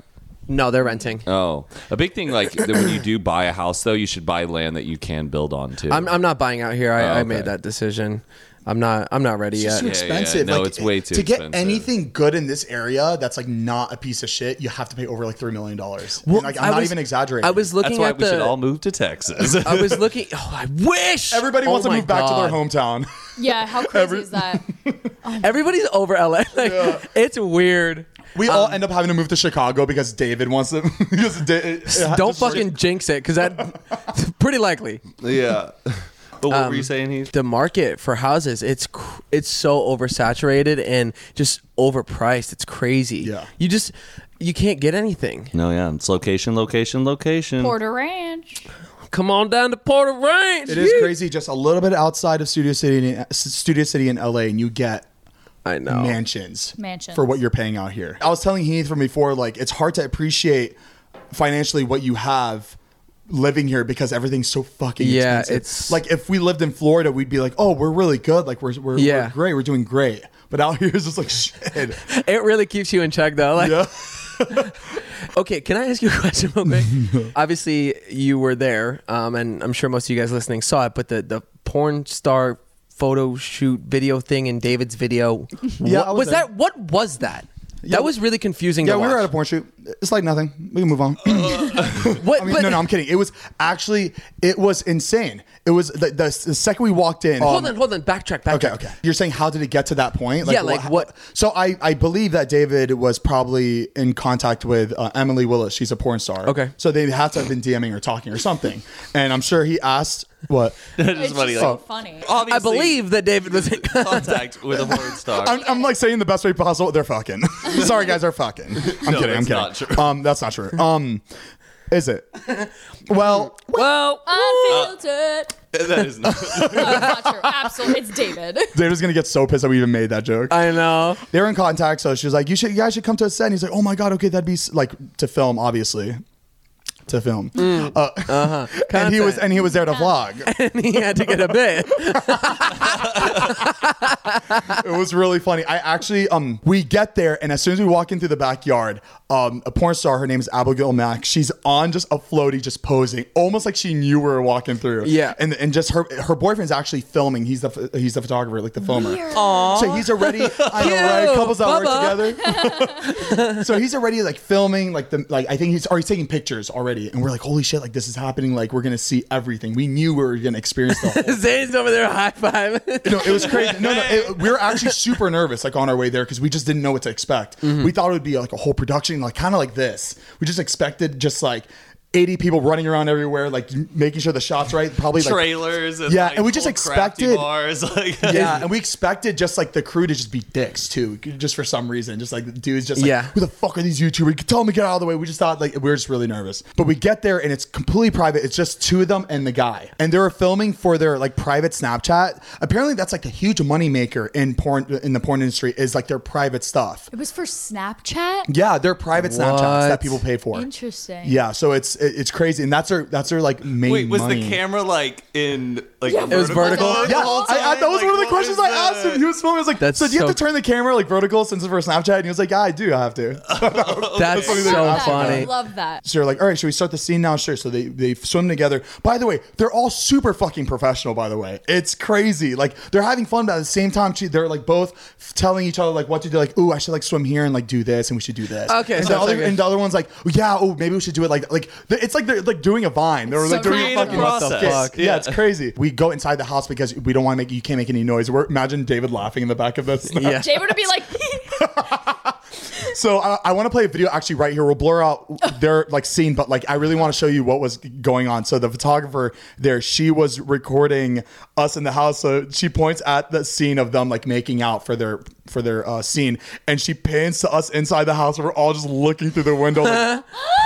Speaker 3: No, they're renting.
Speaker 4: Oh, a big thing like that when you do buy a house though, you should buy land that you can build on too.
Speaker 3: I'm, I'm not buying out here. I, I
Speaker 4: Oh, okay.
Speaker 3: made that decision. I'm not I'm not ready
Speaker 1: It's
Speaker 3: yet.
Speaker 1: too
Speaker 4: yeah,
Speaker 1: expensive.
Speaker 4: no,
Speaker 1: like,
Speaker 4: it's way too
Speaker 1: To get
Speaker 4: expensive.
Speaker 1: anything good in this area that's like not a piece of shit, you have to pay over like three million dollars. And, like I'm
Speaker 3: I
Speaker 1: not
Speaker 3: was-
Speaker 1: even exaggerating.
Speaker 3: I was looking
Speaker 4: That's why
Speaker 3: at
Speaker 4: we
Speaker 3: the
Speaker 4: should all move to Texas.
Speaker 1: Um,
Speaker 3: I was looking. Oh, I wish
Speaker 1: Everybody wants
Speaker 3: Oh
Speaker 1: to
Speaker 3: my
Speaker 1: move back to their
Speaker 3: God.
Speaker 1: hometown.
Speaker 2: Yeah, how crazy is that?
Speaker 3: Everybody's over LA. Like, It's weird.
Speaker 1: we all
Speaker 3: Um,
Speaker 1: end up having to move to Chicago because David wants them. because Da- it- it-
Speaker 3: Don't
Speaker 1: just-
Speaker 3: fucking jinx it, because that pretty likely.
Speaker 4: yeah. But what
Speaker 1: Um,
Speaker 4: were you saying? Heath?
Speaker 3: The market for houses, it's cr- it's so oversaturated and just overpriced. It's crazy.
Speaker 1: Yeah.
Speaker 3: you just you can't get anything.
Speaker 4: No, yeah, it's location, location, location.
Speaker 2: Porter Ranch.
Speaker 3: Come on down to Porter Range.
Speaker 1: It is crazy. Just a little bit outside of Studio City, in, Studio City in LA, and you get
Speaker 3: I know.
Speaker 1: mansions,
Speaker 2: Mansions.
Speaker 1: for what you're paying out here. I was telling Heath from before, like it's hard to appreciate financially what you have living here because everything's so fucking
Speaker 3: Yeah,
Speaker 1: expensive.
Speaker 3: it's-
Speaker 1: like if we lived in Florida, we'd be like, oh, we're really good, like we're we're,
Speaker 3: Yeah.
Speaker 1: we're great, we're doing great. But out here, it's just like shit.
Speaker 3: It really keeps you in check, though. Like,
Speaker 1: Yeah.
Speaker 3: Okay, can I ask you a question real quick? Obviously, you were there, um, and I'm sure most of you guys listening saw it, but the, the porn star photo shoot video thing in David's video.
Speaker 1: Yeah,
Speaker 3: what,
Speaker 1: I was
Speaker 3: was
Speaker 1: there.
Speaker 3: that what was that? that was really confusing.
Speaker 1: Yeah,
Speaker 3: to
Speaker 1: we
Speaker 3: watch.
Speaker 1: were at a porn shoot. It's like nothing. We can move on.
Speaker 3: Uh, What,
Speaker 1: I mean,
Speaker 3: but-
Speaker 1: no, no, I'm kidding. It was actually, it was insane. It was the, the, the second we walked in. um,
Speaker 3: hold on, hold on. Backtrack, backtrack.
Speaker 1: Okay, okay. You're saying how did it get to that point?
Speaker 3: Yeah, like what-
Speaker 1: So I, I believe that David was probably in contact with uh, Emily Willis. She's a porn star.
Speaker 3: Okay.
Speaker 1: So they had to have been DMing or talking or something. And I'm sure he asked what.
Speaker 4: That's
Speaker 2: It's
Speaker 4: just funny.
Speaker 2: just so
Speaker 4: Like,
Speaker 2: funny.
Speaker 1: oh.
Speaker 4: obviously,
Speaker 3: I believe that David was in
Speaker 4: contact with a porn star.
Speaker 1: I'm, I'm like saying the best way possible. They're fucking. Sorry, guys, they're fucking. I'm kidding. I'm
Speaker 4: that's
Speaker 1: kidding.
Speaker 4: not true.
Speaker 1: Um, that's not true. Um, is it? Well,
Speaker 3: well,
Speaker 1: Uh.
Speaker 2: Unfiltered.
Speaker 4: that is not.
Speaker 2: No, it's not true. Absolutely, it's David.
Speaker 1: David's gonna get so pissed that we even made that joke.
Speaker 3: I know.
Speaker 1: they were in contact, so she was like, "You should, you guys should come to a set." And he's like, "Oh my god, okay, that'd be s- like to film, obviously, to film." Uh, and he was and he was there to vlog.
Speaker 3: he had to get a bit.
Speaker 1: it was really funny. I actually, um, we get there, and as soon as we walk in through the backyard, um, a porn star, her name is Abigail Mack. She's on just a floaty, just posing, almost like she knew we were walking through.
Speaker 3: Yeah.
Speaker 1: and and just her her boyfriend's actually filming. He's the ph- he's the photographer, like the filmer. So he's already I know, right?
Speaker 3: Ew,
Speaker 1: Couples that
Speaker 3: Bubba.
Speaker 1: work together. so he's already like filming, like the like I think he's already taking pictures already, and we're like, holy shit, like this is happening. Like we're gonna see everything. We knew we were gonna experience the whole
Speaker 3: Zane's over there high five.
Speaker 1: no, it was crazy. No, no, it, we were actually super nervous, like on our way there, because we just didn't know what to expect. We thought it would be like a whole production, like kind of like this. We just expected just like eighty people running around everywhere, like making sure the shots right. Probably like,
Speaker 4: trailers. And
Speaker 1: Yeah,
Speaker 4: like,
Speaker 1: and we just
Speaker 4: little crafty
Speaker 1: expected-
Speaker 4: bars. Like,
Speaker 1: Yeah, and we expected just like the crew to just be dicks too, just for some reason. Just like the dudes, just like,
Speaker 3: Yeah.
Speaker 1: who the fuck are these YouTubers? Tell them to get out of the way. We just thought like we were just really nervous. But we get there and it's completely private. It's just two of them and the guy, and they were filming for their like private Snapchat. Apparently, that's like a huge moneymaker in porn in the porn industry is like their private stuff.
Speaker 2: It was for Snapchat.
Speaker 1: Yeah, their private Snapchats that
Speaker 3: What?
Speaker 1: people pay for.
Speaker 2: Interesting.
Speaker 1: Yeah, so it's it- it's crazy, and that's their that's their like main.
Speaker 4: Wait, was
Speaker 1: money.
Speaker 4: the camera like in like
Speaker 2: Yeah,
Speaker 4: yeah,
Speaker 2: It was vertical?
Speaker 1: Yeah,
Speaker 2: the whole
Speaker 1: I, I, that was one of the questions I asked him. He was filming. I was like,
Speaker 3: That's
Speaker 1: "So do you have
Speaker 3: so-
Speaker 1: to turn the camera like vertical since it's for Snapchat?" And he was like, "Yeah, I do. I have to."
Speaker 3: That's
Speaker 2: I love
Speaker 3: so
Speaker 2: that. I
Speaker 3: funny.
Speaker 2: love that.
Speaker 1: so you're like, "All right, should we start the scene now?" Sure. So they they swim together. By the way, they're all super fucking professional. By the way, it's crazy. Like they're having fun, but at the same time, she- they're like both telling each other like what to do. Like, "Ooh, I should like swim here and like do this, and we should do this."
Speaker 3: Okay,
Speaker 1: And,
Speaker 3: so
Speaker 1: the
Speaker 3: it's
Speaker 1: other,
Speaker 3: like a-
Speaker 1: and the other one's like, "Yeah, oh maybe we should do it like like It's like they're like doing a vine. They're
Speaker 2: It's
Speaker 1: like
Speaker 2: so
Speaker 1: doing a
Speaker 2: creative
Speaker 1: fucking
Speaker 4: process.
Speaker 1: skit.
Speaker 4: What the fuck?
Speaker 1: Yeah.
Speaker 4: Yeah.
Speaker 1: it's crazy. We go inside the house because we don't want to make you can't make any noise. We're imagine David laughing in the back of this.
Speaker 3: Yeah.
Speaker 2: Jay would be like,
Speaker 1: So I, I want to play a video actually right here. We'll blur out their like scene, but like I really want to show you what was going on. So the photographer there, she was recording us in the house. So she points at the scene of them like making out for their for their uh, scene, and she pans to us inside the house. We're all just looking through the window, like,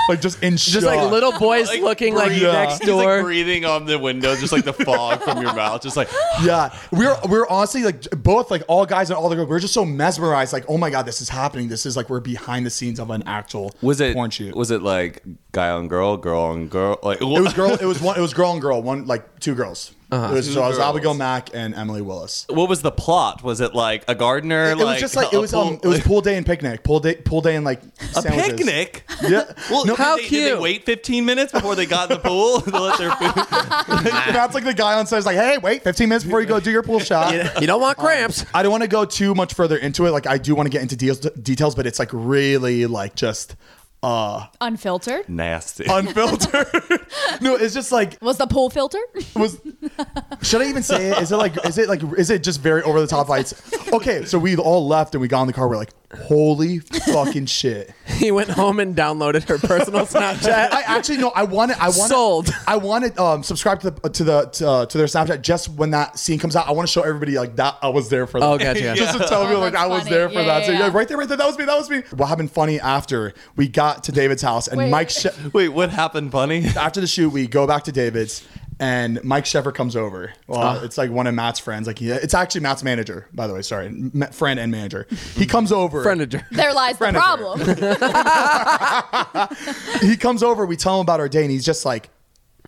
Speaker 1: like just in shock.
Speaker 3: Just like little boys looking like
Speaker 1: breathe.
Speaker 3: next
Speaker 4: He's like
Speaker 3: door.
Speaker 4: breathing on the window, just like the fog from your mouth, just like
Speaker 1: Yeah, we were we were honestly like both like all guys and all the girls. We are just so mesmerized, like oh my god, this is happening. This is like we're behind the scenes of an actual
Speaker 4: was it
Speaker 1: porn shoot.
Speaker 4: Was it like guy on girl, girl on girl? Like
Speaker 1: it was girl. It was one. It was girl and girl. One like Uh-huh. two girls. It was, so I was
Speaker 4: girls.
Speaker 1: Abigail Mack and Emily Willis.
Speaker 4: What was the plot? Was it like a gardener?
Speaker 1: It was just like it
Speaker 4: a
Speaker 1: was um
Speaker 4: pool-
Speaker 1: it was pool day and picnic. Pool day pool day and like
Speaker 4: a
Speaker 1: sandwiches.
Speaker 4: picnic.
Speaker 1: Yeah.
Speaker 4: Well,
Speaker 1: No,
Speaker 4: did
Speaker 3: how
Speaker 4: they, Did they
Speaker 3: cute.
Speaker 4: wait 15 minutes before they got in the pool to let their food?
Speaker 1: that's like the guy on site's like, hey, wait, 15 minutes before you go do your pool shot.
Speaker 3: You don't want cramps.
Speaker 1: I don't want to go too much further into it. Like I do want to get into deals, details, but it's like really like just uh
Speaker 2: unfiltered.
Speaker 4: Nasty.
Speaker 1: unfiltered. no, it's just like
Speaker 2: Was the pool filter?
Speaker 1: was should I even say it? Is it like is it like is it just very over the top lights? Okay, so we all left and we got in the car. We're like, holy fucking shit!
Speaker 3: He went home and downloaded her personal Snapchat.
Speaker 1: I actually no. I wanted. I wanted.
Speaker 3: Sold.
Speaker 1: I wanted. Um, subscribe to the to the to, uh, to their Snapchat just when that scene comes out. I want to show everybody like that. I was there for. That.
Speaker 3: Oh, gotcha, gotcha.
Speaker 1: just to tell
Speaker 2: Oh,
Speaker 1: me like
Speaker 2: that's
Speaker 1: I was
Speaker 2: funny.
Speaker 1: there for
Speaker 2: Yeah,
Speaker 1: that.
Speaker 2: yeah,
Speaker 1: so yeah,
Speaker 2: yeah.
Speaker 1: right there, right there. That was me. That was me. What happened? Funny after we got to David's house and
Speaker 2: Wait.
Speaker 1: Mike. She-
Speaker 4: Wait, what happened, Bunny?
Speaker 1: after the shoot, we go back to David's, and Mike Sheffer comes over. Well,
Speaker 4: Ah.
Speaker 1: it's like one of Matt's friends. Like, he, it's actually Matt's manager, by the way. Sorry, Ma- friend and manager. He comes over.
Speaker 3: Friendager.
Speaker 2: There lies the
Speaker 1: Friend of
Speaker 2: problem.
Speaker 1: He comes over. We tell him about our day, and he's just like,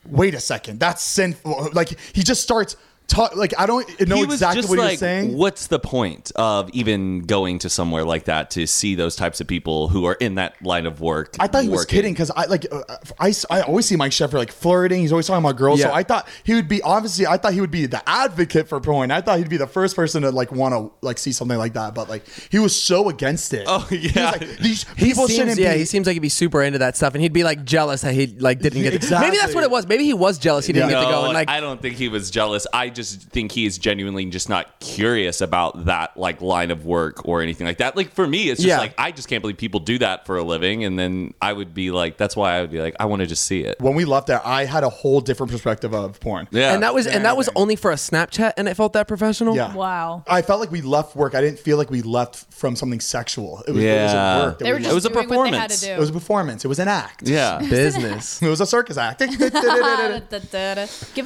Speaker 1: "Wait a second, that's sinful." Like, he just starts. Ta- like I don't know
Speaker 4: he was
Speaker 1: exactly
Speaker 4: just
Speaker 1: what
Speaker 4: like,
Speaker 1: he was saying.
Speaker 4: What's the point of even going to somewhere like that to see those types of people who are in that line of work?
Speaker 1: I thought he was
Speaker 4: working?
Speaker 1: kidding because I like uh, I, I always see Mike Sheffer like flirting. He's always talking about girls, so
Speaker 3: Yeah.
Speaker 1: I thought he would be obviously. I thought he would be the advocate for porn. I thought he'd be the first person to like want to like see something like that. But like he was so against it.
Speaker 4: Oh,
Speaker 1: He was
Speaker 4: yeah.
Speaker 1: like, these
Speaker 3: He
Speaker 1: people
Speaker 3: seems,
Speaker 1: shouldn't
Speaker 3: yeah,
Speaker 1: be.
Speaker 3: he seems like he'd be super into that stuff, and he'd be like jealous that he like didn't get.
Speaker 1: Exactly.
Speaker 3: Maybe that's what it was. Maybe he was jealous he didn't
Speaker 4: No,
Speaker 3: get to go. And like,
Speaker 4: I don't think he was jealous. I just think he is genuinely just not curious about that like line of work or anything like that. Like for me, it's just
Speaker 3: Yeah.
Speaker 4: like I just can't believe people do that for a living. And then I would be like, that's why I would be like, I want to just see it.
Speaker 1: when we left there, I had a whole different perspective of porn.
Speaker 4: Yeah,
Speaker 3: and that was and that was only for a Snapchat, and it felt that professional.
Speaker 1: Yeah.
Speaker 2: Wow.
Speaker 1: I felt like we left work. I didn't feel like we left from something sexual. It was, it was
Speaker 4: Yeah.
Speaker 1: a work. that
Speaker 2: They
Speaker 1: we
Speaker 2: were
Speaker 1: did.
Speaker 2: just
Speaker 4: was a
Speaker 2: doing what they had to
Speaker 4: performance.
Speaker 2: do.
Speaker 1: it was a performance. It was an act.
Speaker 4: yeah.
Speaker 3: business.
Speaker 1: It was a circus act.
Speaker 2: Give it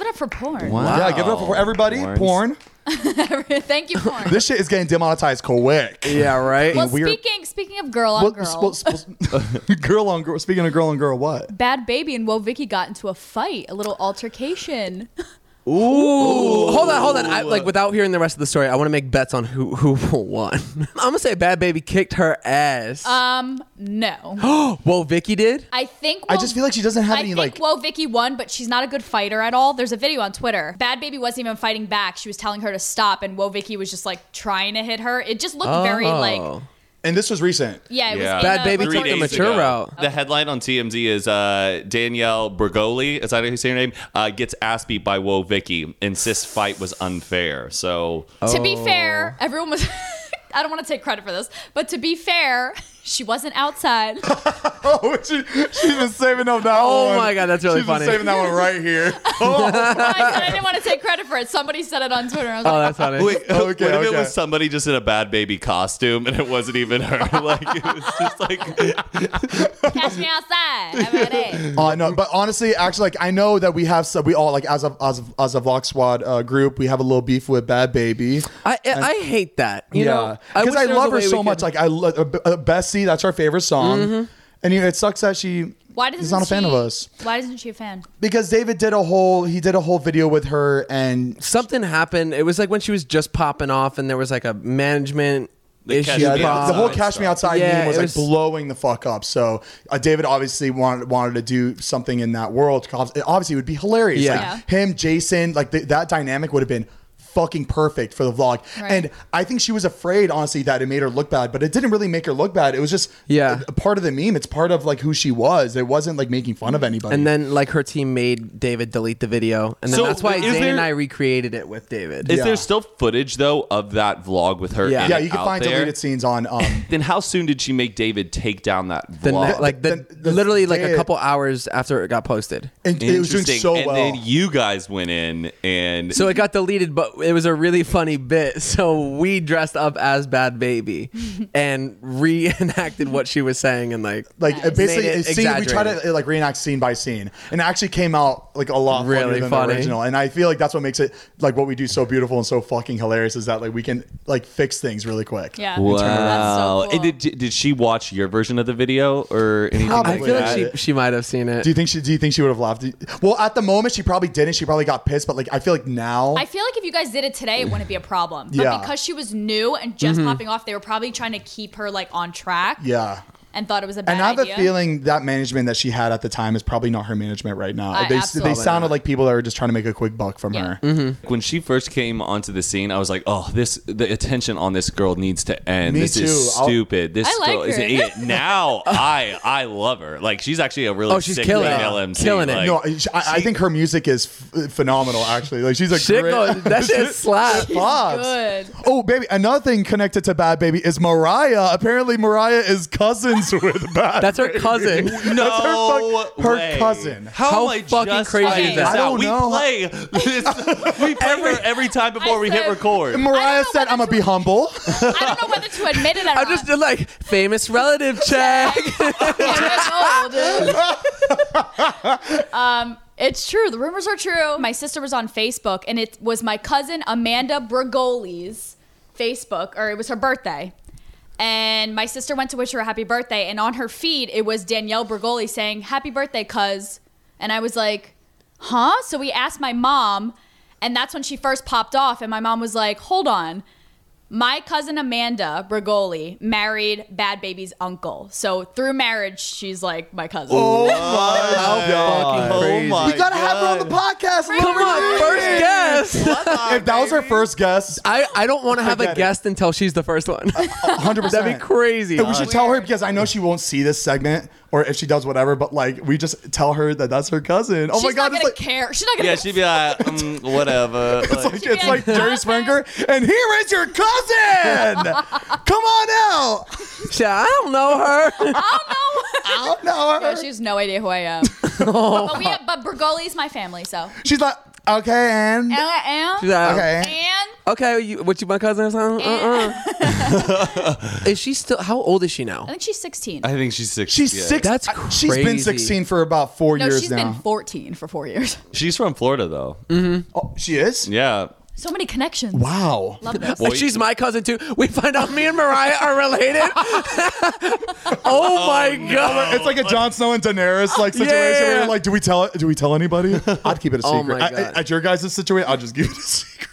Speaker 2: up for porn.
Speaker 1: Yeah, give it up for everybody.
Speaker 4: Porns.
Speaker 1: Porn.
Speaker 2: Thank you, porn.
Speaker 1: This shit is getting demonetized quick.
Speaker 3: yeah, right.
Speaker 2: well,
Speaker 1: weird-
Speaker 2: speaking speaking of girl on
Speaker 1: Well,
Speaker 2: girl,
Speaker 1: sp- sp- girl on girl. Speaking of girl on girl, what?
Speaker 2: Bad Baby and Wo Vicky got into a fight, a little altercation.
Speaker 3: Ooh, hold on, hold on. I, like without hearing the rest of the story, I want to make bets on who who will won. I'm gonna say Bad Baby kicked her ass.
Speaker 2: Um, no,
Speaker 3: well, Vicky did.
Speaker 2: I think
Speaker 1: I just feel like she doesn't have
Speaker 2: I
Speaker 1: any,
Speaker 2: think
Speaker 1: like-
Speaker 2: Wo Vicky won, but she's not a good fighter at all. There's a video on Twitter. Bad Baby wasn't even fighting back. She was telling her to stop, and Wo Vicky was just like trying to hit her. It just looked very like
Speaker 3: Oh.
Speaker 1: And this was recent.
Speaker 2: yeah, it was
Speaker 4: Yeah.
Speaker 2: in
Speaker 4: Bad
Speaker 2: a
Speaker 3: Baby
Speaker 2: recording
Speaker 3: took the
Speaker 2: studio.
Speaker 4: days
Speaker 3: mature route.
Speaker 4: The headline on TMZ is uh, Danielle Bergoli, is that how you say her name? Uh, gets ass beat by Woe Vicky, insists fight was unfair. So
Speaker 2: To
Speaker 1: Oh.
Speaker 2: be fair, everyone was. I don't want to take credit for this, but to be fair, she wasn't outside.
Speaker 1: Oh, she, she's been saving up that
Speaker 3: Oh
Speaker 1: one.
Speaker 3: my God, that's really
Speaker 1: she's been
Speaker 3: funny.
Speaker 1: saving that one right here. Oh,
Speaker 2: I, said I didn't want to take credit for it. Somebody said it on Twitter. and I was
Speaker 3: Oh,
Speaker 2: like,
Speaker 3: that's funny.
Speaker 4: Wait,
Speaker 1: Okay,
Speaker 4: what if it
Speaker 1: okay.
Speaker 4: was somebody just in a bad baby costume and it wasn't even her? Like it was just like
Speaker 2: catch me outside. Have a day.
Speaker 1: uh, no, but honestly, actually, like I know that we have some. We all like as a as a, as a Vlog Squad uh, group, we have a little beef with Bad Baby.
Speaker 3: I, I I hate that. You know,
Speaker 1: because
Speaker 3: wish
Speaker 1: I,
Speaker 3: there was
Speaker 1: love
Speaker 3: a
Speaker 1: her
Speaker 3: way
Speaker 1: so
Speaker 3: we
Speaker 1: much.
Speaker 3: could-
Speaker 1: Like I love uh, uh, Bessie. That's our favorite song. And you know, it sucks that she
Speaker 2: Why doesn't
Speaker 1: is not a fan
Speaker 2: she-
Speaker 1: of us
Speaker 2: Why isn't she a fan?
Speaker 1: because David did a whole he did a whole video with her and
Speaker 3: something happened. It was like when she was just popping off, and there was like a management issue.
Speaker 4: cash- Yeah,
Speaker 1: Yeah, the- the
Speaker 3: problem.
Speaker 1: whole "Cash Me Outside"
Speaker 3: Yeah,
Speaker 1: meme was
Speaker 3: it
Speaker 1: like
Speaker 3: was-
Speaker 1: blowing the fuck up. So uh, David obviously wanted wanted to do something in that world. 'cause It obviously would be hilarious.
Speaker 3: Yeah.
Speaker 1: Like, him, Jason, like th- that dynamic would have been fucking perfect for the vlog.
Speaker 2: Right.
Speaker 1: And I think she was afraid, honestly, that it made her look bad, but it didn't really make her look bad. It was just
Speaker 3: Yeah.
Speaker 1: a- a part of the meme. It's part of like who she was. It wasn't like making fun of anybody.
Speaker 3: And then like her team made David delete the video, and then
Speaker 4: So,
Speaker 3: that's why
Speaker 4: is
Speaker 3: Zayn
Speaker 4: there-
Speaker 3: and I recreated it with David.
Speaker 4: Is
Speaker 1: Yeah.
Speaker 4: there still footage though of that vlog with her?
Speaker 3: Yeah.
Speaker 4: in
Speaker 1: yeah,
Speaker 4: it
Speaker 1: you can
Speaker 4: out
Speaker 1: find
Speaker 4: there?
Speaker 1: deleted scenes on um
Speaker 4: Then how soon did she make David take down that
Speaker 3: the
Speaker 4: vlog?
Speaker 3: ne- like the,
Speaker 1: The- the-
Speaker 3: literally like
Speaker 1: the-
Speaker 3: a couple hours after it got posted.
Speaker 1: and it was doing
Speaker 4: Interesting.
Speaker 1: so
Speaker 4: and
Speaker 1: well.
Speaker 4: then you guys went in and
Speaker 3: So it got deleted, but it was a really funny bit. So we dressed up as Bad Baby and reenacted what she was saying and like
Speaker 1: like
Speaker 2: Nice.
Speaker 1: basically
Speaker 3: Made it
Speaker 1: it's scene, we try
Speaker 3: exaggerated.
Speaker 1: to uh, like reenact scene by scene and it actually came out like a lot really funnier
Speaker 3: Really
Speaker 1: than
Speaker 3: funny.
Speaker 1: the original and i feel like that's what makes it like what we do so beautiful and so fucking hilarious is that like we can like fix things really quick
Speaker 2: Yeah.
Speaker 4: wow.
Speaker 2: That's so cool.
Speaker 4: And did, did she watch your version of the video or anything?
Speaker 1: Probably.
Speaker 3: I
Speaker 4: like
Speaker 3: feel
Speaker 4: that?
Speaker 3: like she, she might have seen it.
Speaker 1: do you think she do you think she would have laughed well at the moment she probably didn't she probably got pissed but like i feel like now
Speaker 2: I feel like if you guys did it today, it wouldn't be a problem. But
Speaker 1: Yeah. Mm-hmm.
Speaker 2: because she was new and just popping off, they were probably trying to keep her like on track.
Speaker 1: yeah
Speaker 2: And thought it was a bad
Speaker 1: and I have
Speaker 2: idea.
Speaker 1: a feeling that management that she had at the time is probably not her management right now.
Speaker 2: I-
Speaker 1: they
Speaker 2: absolutely
Speaker 1: they sounded
Speaker 3: not.
Speaker 1: like people that were just trying to make a quick buck from
Speaker 2: Yeah.
Speaker 1: her.
Speaker 3: Mm-hmm.
Speaker 4: when she first came onto the scene, I was like, "Oh, this the attention on this girl needs to end.
Speaker 1: Me
Speaker 4: this is
Speaker 1: too. I'll-
Speaker 4: stupid. this
Speaker 2: I like
Speaker 4: girl is
Speaker 2: her.
Speaker 4: an idiot." Now I I love her. Like she's actually a really
Speaker 3: Oh, she's
Speaker 4: sick
Speaker 3: killing it.
Speaker 4: female MC.
Speaker 3: Killing it.
Speaker 4: Like,
Speaker 1: No, I, I I think her music is f- phenomenal. Actually, like she's a
Speaker 3: Shit
Speaker 1: great.
Speaker 3: goes, that shit slaps.
Speaker 1: Bob's.
Speaker 2: Good.
Speaker 1: Oh, baby. Another thing connected to Bad Baby is Mariah. Apparently, Mariah is cousins with Bad.
Speaker 3: That's her cousin.
Speaker 4: No,
Speaker 1: That's her fuck- her
Speaker 4: way.
Speaker 1: cousin.
Speaker 4: How,
Speaker 3: How
Speaker 4: am I
Speaker 3: fucking
Speaker 4: just
Speaker 3: crazy
Speaker 4: finding
Speaker 2: is
Speaker 4: this
Speaker 2: that?
Speaker 1: I
Speaker 4: out?
Speaker 1: don't
Speaker 4: we
Speaker 1: know.
Speaker 4: play this. We play her every time before we hit
Speaker 2: said-
Speaker 4: record.
Speaker 1: Mariah said,
Speaker 2: whether
Speaker 1: "I'm gonna be humble."
Speaker 2: I don't know whether to admit it or
Speaker 3: I
Speaker 2: not.
Speaker 3: just did like famous relative check.
Speaker 2: Years old. um, it's true. The rumors are true. My sister was on Facebook, and it was my cousin Amanda Bregoli's Facebook, or it was her birthday. And my sister went to wish her a happy birthday, and on her feed, it was Danielle Bregoli saying, Happy birthday, cuz. And I was like, Huh? So we asked my mom, and that's when she first popped off, and my mom was like, Hold on. My cousin Amanda Bregoli married Bad Baby's uncle. So through marriage, she's like Oh my cousin.
Speaker 1: Oh.
Speaker 3: How fucking
Speaker 4: Oh
Speaker 3: crazy.
Speaker 4: my
Speaker 1: you gotta have her on the podcast.
Speaker 3: Come on, first guest.
Speaker 1: If that was her first guess,
Speaker 3: I, I don't want to have a
Speaker 1: Forget it.
Speaker 3: guest until she's the first one.
Speaker 1: 100. percent
Speaker 3: That'd be crazy.
Speaker 1: we should tell her because I know she won't see this segment, or if she does, whatever. But like, we just tell her that that's her cousin. Oh
Speaker 2: She's
Speaker 1: my god, it's
Speaker 2: not gonna
Speaker 1: like
Speaker 2: care. She's not gonna.
Speaker 4: Yeah, she'd be like, mm, whatever. Like,
Speaker 1: it's
Speaker 2: She'd be
Speaker 1: like, it's like Jerry Springer, and here is your cousin. Come on out.
Speaker 3: She- I don't know her.
Speaker 2: I don't
Speaker 1: I don't know her. Oh.
Speaker 2: know. she has no idea who I am. but we have, but Bergoli's my family, so
Speaker 1: She's like, okay, and
Speaker 2: and I am.
Speaker 3: She's like,
Speaker 1: okay.
Speaker 2: and
Speaker 3: Okay, you, what you my cousin or something?
Speaker 2: And-
Speaker 3: Uh-uh. is she still? How old is she now?
Speaker 2: I think she's 16.
Speaker 4: I think she's six.
Speaker 1: She's
Speaker 4: yeah.
Speaker 1: six.
Speaker 3: That's
Speaker 1: I- She's been
Speaker 3: crazy.
Speaker 1: 16 for about four
Speaker 2: no,
Speaker 1: years
Speaker 2: she's
Speaker 1: now.
Speaker 2: been 14 for four years.
Speaker 4: She's from Florida though.
Speaker 1: oh, she is?
Speaker 4: Yeah.
Speaker 2: So many connections.
Speaker 1: Wow.
Speaker 2: Love this.
Speaker 4: Boy-
Speaker 3: She's my cousin too. We find out me and Mariah are related. oh my god!
Speaker 1: It's like a Jon Snow and Daenerys like situation where
Speaker 3: Oh, Yeah.
Speaker 1: you're like, do we tell do we tell anybody? I'd keep it a secret.
Speaker 3: Oh my
Speaker 1: I- I-
Speaker 3: God.
Speaker 1: at your guys' situation, I'll just keep it a secret.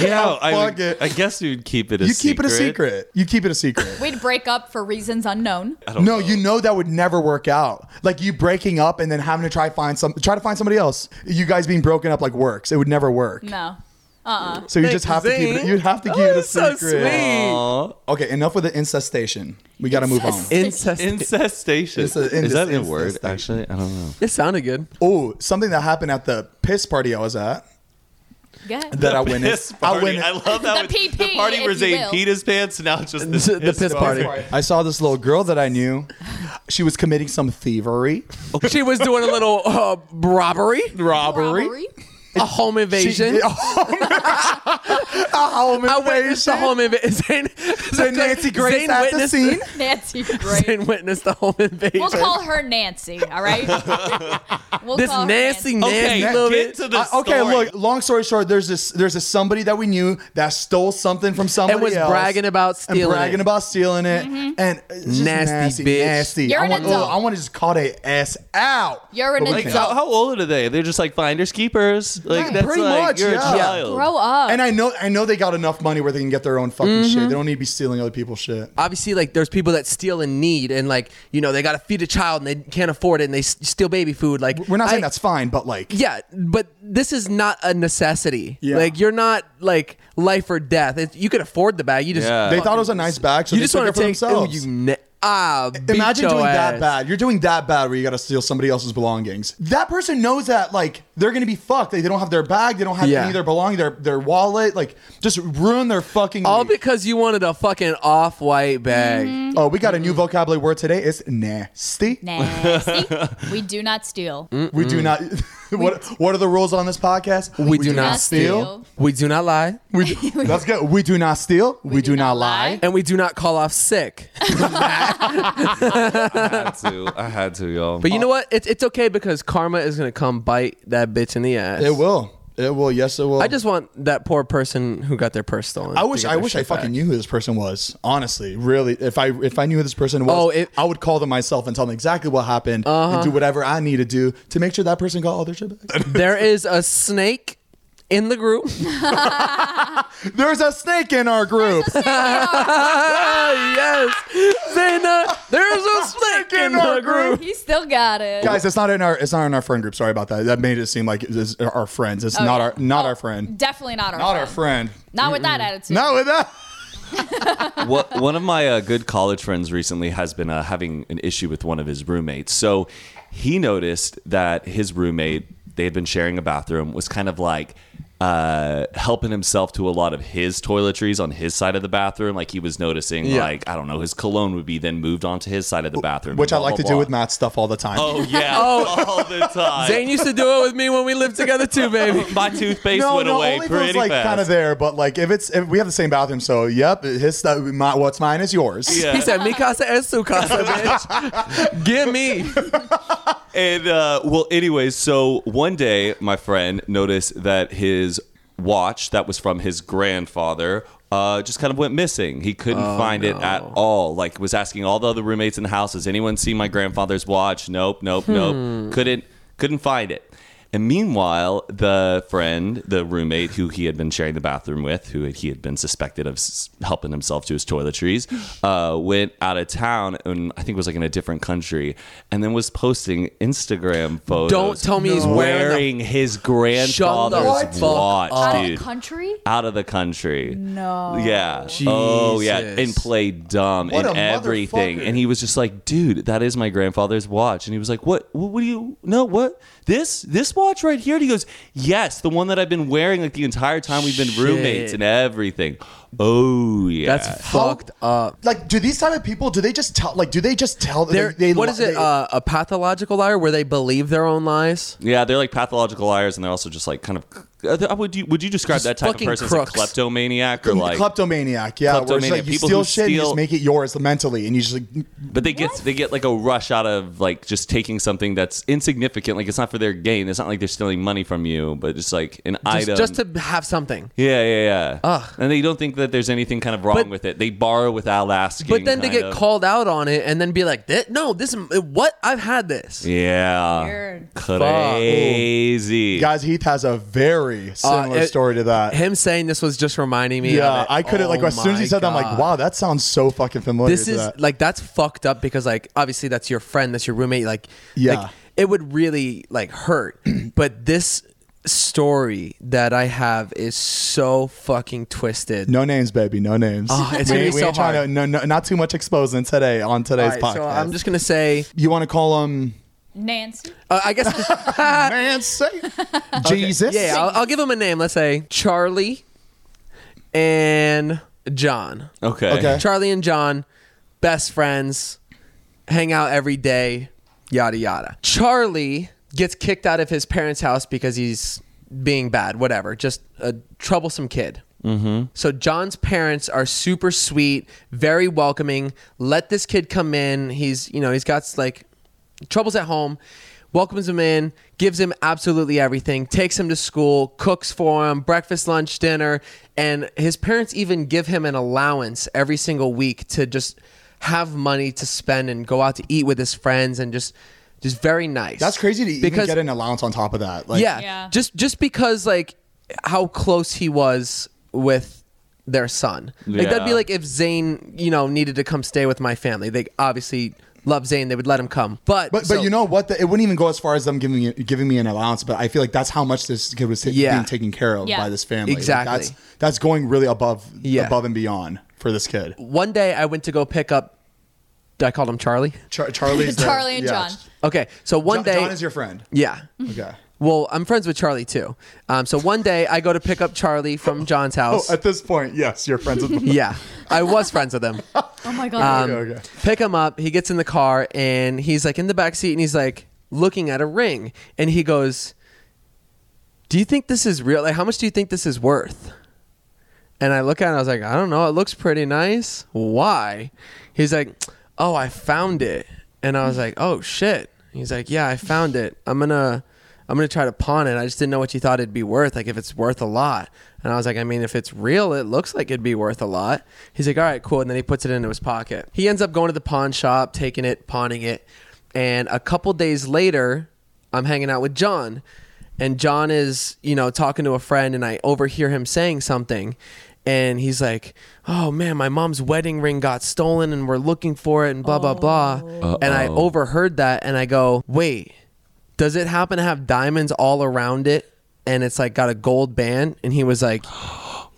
Speaker 4: Yeah, I,
Speaker 1: fuck it.
Speaker 4: I guess you'd keep it a
Speaker 1: You
Speaker 4: secret.
Speaker 1: keep it a secret. You keep it a secret.
Speaker 2: We'd break up for reasons unknown.
Speaker 4: I don't
Speaker 1: No,
Speaker 4: know.
Speaker 1: you know that would never work out. Like you breaking up and then having to try find some try to find somebody else. You guys being broken up like works. It would never work.
Speaker 2: No.
Speaker 1: So you just have to keep it.
Speaker 3: Zing.
Speaker 1: You'd have to keep
Speaker 3: Oh,
Speaker 1: it a
Speaker 3: that's so
Speaker 1: secret.
Speaker 3: sweet.
Speaker 4: Aw.
Speaker 1: Okay, enough with the incestation. We got to move on.
Speaker 3: Incest.
Speaker 4: Incestation.
Speaker 1: It's a-
Speaker 4: Is that a
Speaker 1: incest-
Speaker 4: word?
Speaker 1: incestation.
Speaker 4: Actually, I don't know.
Speaker 3: it sounded good.
Speaker 1: Oh, something that happened at the piss party I was at
Speaker 2: Yeah.
Speaker 1: that I witnessed.
Speaker 4: Piss
Speaker 1: I
Speaker 4: party. I,
Speaker 1: witnessed.
Speaker 4: love that.
Speaker 2: The
Speaker 4: with-
Speaker 2: PP,
Speaker 4: the party
Speaker 2: if
Speaker 4: where
Speaker 2: you
Speaker 4: Zayn
Speaker 2: will.
Speaker 4: peed his pants. Now it's just this.
Speaker 3: The, the piss party.
Speaker 1: I saw this little girl that I knew. She was committing some thievery,
Speaker 3: She was doing a little uh, robbery,
Speaker 2: Robbery.
Speaker 3: a home
Speaker 1: She-
Speaker 3: invasion.
Speaker 1: a home
Speaker 3: I witnessed the
Speaker 1: invasion.
Speaker 3: home invasion.
Speaker 1: So Nancy Grace at the scene.
Speaker 2: Nancy. Great.
Speaker 3: Zane witnessed the home invasion.
Speaker 2: We'll call her Nancy. All right. We'll
Speaker 3: this
Speaker 2: call her
Speaker 3: nasty,
Speaker 4: Okay,
Speaker 3: nasty little
Speaker 4: get
Speaker 3: bit.
Speaker 4: to the
Speaker 1: I- okay,
Speaker 4: story.
Speaker 1: look. Long story short, there's this there's this somebody that we knew that stole something from somebody
Speaker 3: And was
Speaker 1: else
Speaker 3: bragging about
Speaker 1: and
Speaker 3: stealing.
Speaker 1: bragging about stealing it, and it's just
Speaker 3: Nasty
Speaker 1: nasty,
Speaker 3: bitch.
Speaker 1: nasty.
Speaker 2: Mm-hmm. You're
Speaker 1: I
Speaker 2: an
Speaker 1: want,
Speaker 2: adult.
Speaker 1: oh, I want to just call their ass out.
Speaker 2: You're an
Speaker 1: But we
Speaker 4: Like
Speaker 1: can't.
Speaker 2: adult.
Speaker 4: how, how old are they? They're just like finders keepers. Like that's
Speaker 1: Pretty
Speaker 4: like
Speaker 1: much,
Speaker 4: you're
Speaker 1: yeah.
Speaker 4: a child.
Speaker 2: Grow up.
Speaker 1: And I know I know they got enough money where they can get their own fucking
Speaker 3: Mm-hmm.
Speaker 1: shit. They don't need to be stealing other people's shit.
Speaker 3: obviously like there's people that steal and need and like you know they gotta feed a child and they can't afford it and they s- steal baby food like
Speaker 1: We're not saying
Speaker 3: I-
Speaker 1: that's fine, but like
Speaker 3: yeah but this is not a necessity
Speaker 1: Yeah.
Speaker 3: like you're not like life or death it, you could afford the bag you just
Speaker 4: Yeah.
Speaker 1: they thought it was a nice bag, so
Speaker 3: you
Speaker 1: they
Speaker 3: just
Speaker 1: took
Speaker 3: want to
Speaker 1: it for
Speaker 3: take
Speaker 1: themselves.
Speaker 3: oh you ne- ah beat
Speaker 1: Imagine
Speaker 3: your
Speaker 1: doing that
Speaker 3: ass.
Speaker 1: bad. You're doing that bad where you got to steal somebody else's belongings. That person knows that like they're gonna be fucked. Like, they don't have their bag. They don't have
Speaker 3: Yeah.
Speaker 1: any of their belongings. Their their wallet. Like just ruin their fucking.
Speaker 3: all
Speaker 1: week.
Speaker 3: because you wanted a fucking off white bag
Speaker 1: oh, we got a new vocabulary word today. It's nasty.
Speaker 2: Nasty. we do not steal.
Speaker 1: We do not. what What are the rules on this podcast?
Speaker 3: we, do, not, steal.
Speaker 2: steal.
Speaker 3: we do not lie
Speaker 1: We do, that's good. We do not steal. We, do, not lie.
Speaker 2: lie.
Speaker 3: and we do not call off sick
Speaker 4: I had to. I had to, y'all.
Speaker 3: but you
Speaker 1: Oh.
Speaker 3: know what it's, it's okay because karma is gonna come bite that bitch in the ass
Speaker 1: It will. It will. Yes, it will.
Speaker 3: I just want that poor person who got their purse stolen.
Speaker 1: I
Speaker 3: to
Speaker 1: wish.
Speaker 3: get
Speaker 1: I
Speaker 3: their
Speaker 1: wish
Speaker 3: shit
Speaker 1: I fucking
Speaker 3: back.
Speaker 1: knew who this person was. Honestly, really. If I if I knew who this person was,
Speaker 3: Oh, it-
Speaker 1: I would call them myself and tell them exactly what happened and do whatever I need to do to make sure that person got all their shit back.
Speaker 3: There is a snake in the group.
Speaker 1: There's a snake in our group.
Speaker 3: Ah, yes, Zaina. There's a snake in the group.
Speaker 2: He still got it.
Speaker 1: Guys, it's not in our. It's not in our friend group. Sorry about that. That made it seem like it's our friends. It's not our. Not our friend.
Speaker 2: Definitely not our
Speaker 1: Not
Speaker 2: friend.
Speaker 1: our friend.
Speaker 2: Not with that attitude.
Speaker 1: Not with that.
Speaker 4: what, one of my uh, good college friends recently has been uh, having an issue with one of his roommates. So he noticed that his roommate, they had been sharing a bathroom, was kind of like uh, helping himself to a lot of his toiletries on his side of the bathroom. Like he was noticing,
Speaker 3: Yeah.
Speaker 4: like, I don't know, his cologne would be then moved onto his side of the bathroom.
Speaker 1: Which I
Speaker 4: and
Speaker 1: like
Speaker 4: blah,
Speaker 1: to
Speaker 4: blah,
Speaker 1: do
Speaker 4: blah.
Speaker 1: with Matt's stuff all the time.
Speaker 4: Oh, yeah. All the time.
Speaker 3: Zane used to do it with me when we lived together too, baby.
Speaker 4: My toothpaste went away
Speaker 1: only if it was,
Speaker 4: pretty
Speaker 1: like
Speaker 4: fast.
Speaker 1: kind of there, but like if it's if we have the same bathroom, so yep, his stuff. My, what's mine is yours.
Speaker 4: Yeah.
Speaker 3: He said, "Mi casa es su casa, bitch. Give me."
Speaker 4: And uh, well, anyways, so one day my friend noticed that his watch that was from his grandfather uh, just kind of went missing. He couldn't find it at all. Like was asking all the other roommates in the house, "Has anyone seen my grandfather's watch?" Nope, nope, nope. Couldn't couldn't find it. And meanwhile, the friend, the roommate who he had been sharing the bathroom with, who he had been suspected of s- helping himself to his toiletries, uh, went out of town and I think was like in a different country, and then was posting Instagram photos.
Speaker 3: Don't tell me he's wearing the-
Speaker 4: wearing his grandfather's
Speaker 3: fuck up.
Speaker 4: watch,
Speaker 2: Out of
Speaker 4: dude.
Speaker 2: the country?
Speaker 4: Out of the country.
Speaker 2: No.
Speaker 4: Yeah. Oh yeah. And
Speaker 3: Jesus.
Speaker 4: played dumb
Speaker 1: What
Speaker 4: in
Speaker 1: a
Speaker 4: everything.
Speaker 1: motherfucker.
Speaker 4: And he was just like, dude, that is my grandfather's watch. And he was like, what? What, what do you? No, what? This this watch right here? And he goes, yes, the one that I've been wearing like the entire time we've been roommates
Speaker 3: Shit.
Speaker 4: and everything. Oh yeah.
Speaker 3: That's fucked up.
Speaker 1: Like, do these type of people? Do they just tell? Like, do they just tell?
Speaker 3: They're,
Speaker 1: they,
Speaker 3: what is it?
Speaker 1: they-
Speaker 3: uh, a pathological liar where they believe their own lies?
Speaker 4: yeah, they're like pathological liars, and they're also just like kind of. uh, Would you would you describe
Speaker 3: Just
Speaker 4: that type of
Speaker 3: fucking
Speaker 4: person
Speaker 3: crooks.
Speaker 4: as a kleptomaniac or like?
Speaker 1: kleptomaniac. Yeah, where it's
Speaker 4: Kleptomania,
Speaker 1: like you
Speaker 4: people
Speaker 1: steal
Speaker 4: who
Speaker 1: shit, and you just
Speaker 4: steal-
Speaker 1: make it yours mentally, and you just like
Speaker 4: But they get they get like a rush out of like just taking something that's insignificant. Like it's not for their gain. It's not like they're stealing money from you, but it's like an item.
Speaker 3: Just, just to have something.
Speaker 4: yeah, yeah, yeah.
Speaker 3: Ugh.
Speaker 4: And they don't think that there's anything kind of wrong
Speaker 3: But-
Speaker 4: with it. They borrow without asking.
Speaker 3: But then they
Speaker 4: kind
Speaker 3: get
Speaker 4: of.
Speaker 3: called out on it and then be like, "Th- "No, this is what I've had this."
Speaker 4: Yeah.
Speaker 2: Weird.
Speaker 4: Crazy.
Speaker 1: guys. Heath has a very similar
Speaker 3: Uh, it-
Speaker 1: story to that.
Speaker 3: Him saying this was just reminding me. of
Speaker 1: yeah,
Speaker 3: it.
Speaker 1: I couldn't
Speaker 3: Oh
Speaker 1: like as soon as he
Speaker 3: my
Speaker 1: said that, I'm like,
Speaker 3: God.
Speaker 1: wow, that sounds so fucking familiar.
Speaker 3: This
Speaker 1: to
Speaker 3: is
Speaker 1: that.
Speaker 3: like that's fucked up because like obviously that's your friend, that's your roommate. Like,
Speaker 1: Yeah.
Speaker 3: like, it would really like hurt. but this story that I have is so fucking twisted.
Speaker 1: no names, baby, no names.
Speaker 3: Oh, it's
Speaker 1: we
Speaker 3: gonna be
Speaker 1: we
Speaker 3: so
Speaker 1: ain't trying
Speaker 3: hard.
Speaker 1: to no, no, not too much exposing today on
Speaker 3: All
Speaker 1: today's
Speaker 3: right,
Speaker 1: podcast.
Speaker 3: so I'm just gonna say,
Speaker 1: you want to call him
Speaker 2: Nancy.
Speaker 3: uh, I guess,
Speaker 1: man, say Jesus.
Speaker 3: Ah. yeah, I'll, I'll give him a name. Let's say Charlie and John.
Speaker 4: Okay.
Speaker 1: Okay.
Speaker 3: Charlie and John, best friends, hang out every day, yada yada. Charlie gets kicked out of his parents' house because he's being bad, whatever, just a troublesome kid. Mm-hmm. So John's parents are super sweet, very welcoming. Let this kid come in. He's you know he's got like troubles at home. Welcomes him in, gives him absolutely everything, takes him to school, cooks for him, breakfast, lunch, dinner, and his parents even give him an allowance every single week to just have money to spend and go out to eat with his friends and just Just very nice.
Speaker 1: That's crazy to even
Speaker 3: Because-
Speaker 1: get an allowance on top of that. Like,
Speaker 3: yeah,
Speaker 2: Yeah.
Speaker 3: just just because like how close he was with their son. Like that'd be
Speaker 4: Yeah.
Speaker 3: like if Zayn, you know, needed to come stay with my family. They obviously love Zayn. They would let him come. But
Speaker 1: But,
Speaker 3: so-
Speaker 1: but you know what? The, it wouldn't even go as far as them giving you, giving me an allowance. But I feel like that's how much this kid was ta-
Speaker 3: Yeah.
Speaker 1: being taken care of
Speaker 2: Yeah.
Speaker 1: by this family. Like,
Speaker 3: Exactly.
Speaker 1: that's that's going really above
Speaker 3: Yeah.
Speaker 1: above and beyond for this kid.
Speaker 3: one day I went to go pick up. I called him Charlie.
Speaker 1: Char- Charlie's there.
Speaker 2: Charlie and
Speaker 1: Yeah.
Speaker 2: John.
Speaker 3: Okay, so one
Speaker 1: John,
Speaker 3: day
Speaker 1: John is your friend.
Speaker 3: yeah.
Speaker 1: Okay.
Speaker 3: Well, I'm friends with Charlie too. Um, so one day I go to pick up Charlie from John's
Speaker 1: Oh,
Speaker 3: house.
Speaker 1: at this point, yes, you're friends with. him.
Speaker 3: yeah, I was friends with him.
Speaker 2: Oh my god.
Speaker 3: Um,
Speaker 1: okay.
Speaker 3: Pick him up. He gets in the car and he's like in the back seat and he's like looking at a ring and he goes, "Do you think this is real? Like, how much do you think this is worth?" And I look at it and I was like, "I don't know. It looks pretty nice. Why?" He's like, "Oh, I found it." And I was like, "Oh shit." He's like, "Yeah, I found it. I'm gonna." I'm gonna try to pawn it. I just didn't know what you thought it'd be worth, like if it's worth a lot. And I was like, I mean, if it's real, it looks like it'd be worth a lot. He's like, all right, cool. And then he puts it into his pocket. He ends up going to the pawn shop, taking it, pawning it. And a couple days later, I'm hanging out with John. And John is, you know, talking to a friend, and I overhear him saying something. And he's like, oh man, my mom's wedding ring got stolen, and we're looking for it, and blah, blah, blah. And I overheard that, and I go, wait. Does it happen to have diamonds all around it and it's like got a gold band? And he was like,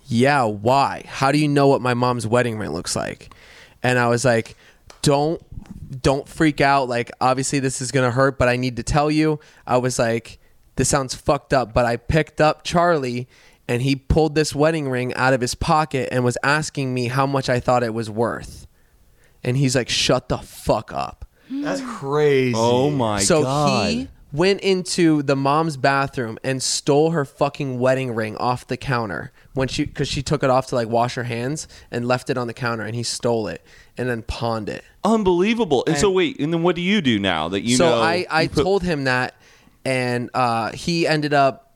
Speaker 3: Yeah, why? How do you know what my mom's wedding ring looks like? And I was like, Don't don't freak out. Like obviously this is gonna hurt, but I need to tell you. I was like, This sounds fucked up, but I picked up Charlie and he pulled this wedding ring out of his pocket and was asking me how much I thought it was worth. And he's like, Shut the fuck up
Speaker 1: That's crazy.
Speaker 4: Oh my
Speaker 3: so
Speaker 4: god.
Speaker 3: he went into the mom's bathroom and stole her fucking wedding ring off the counter when she because she took it off to like wash her hands and left it on the counter and he stole it and then pawned it
Speaker 4: Unbelievable. And, so wait, and then what do you do now that you
Speaker 3: so
Speaker 4: know
Speaker 3: I, I told him that, and uh, he ended up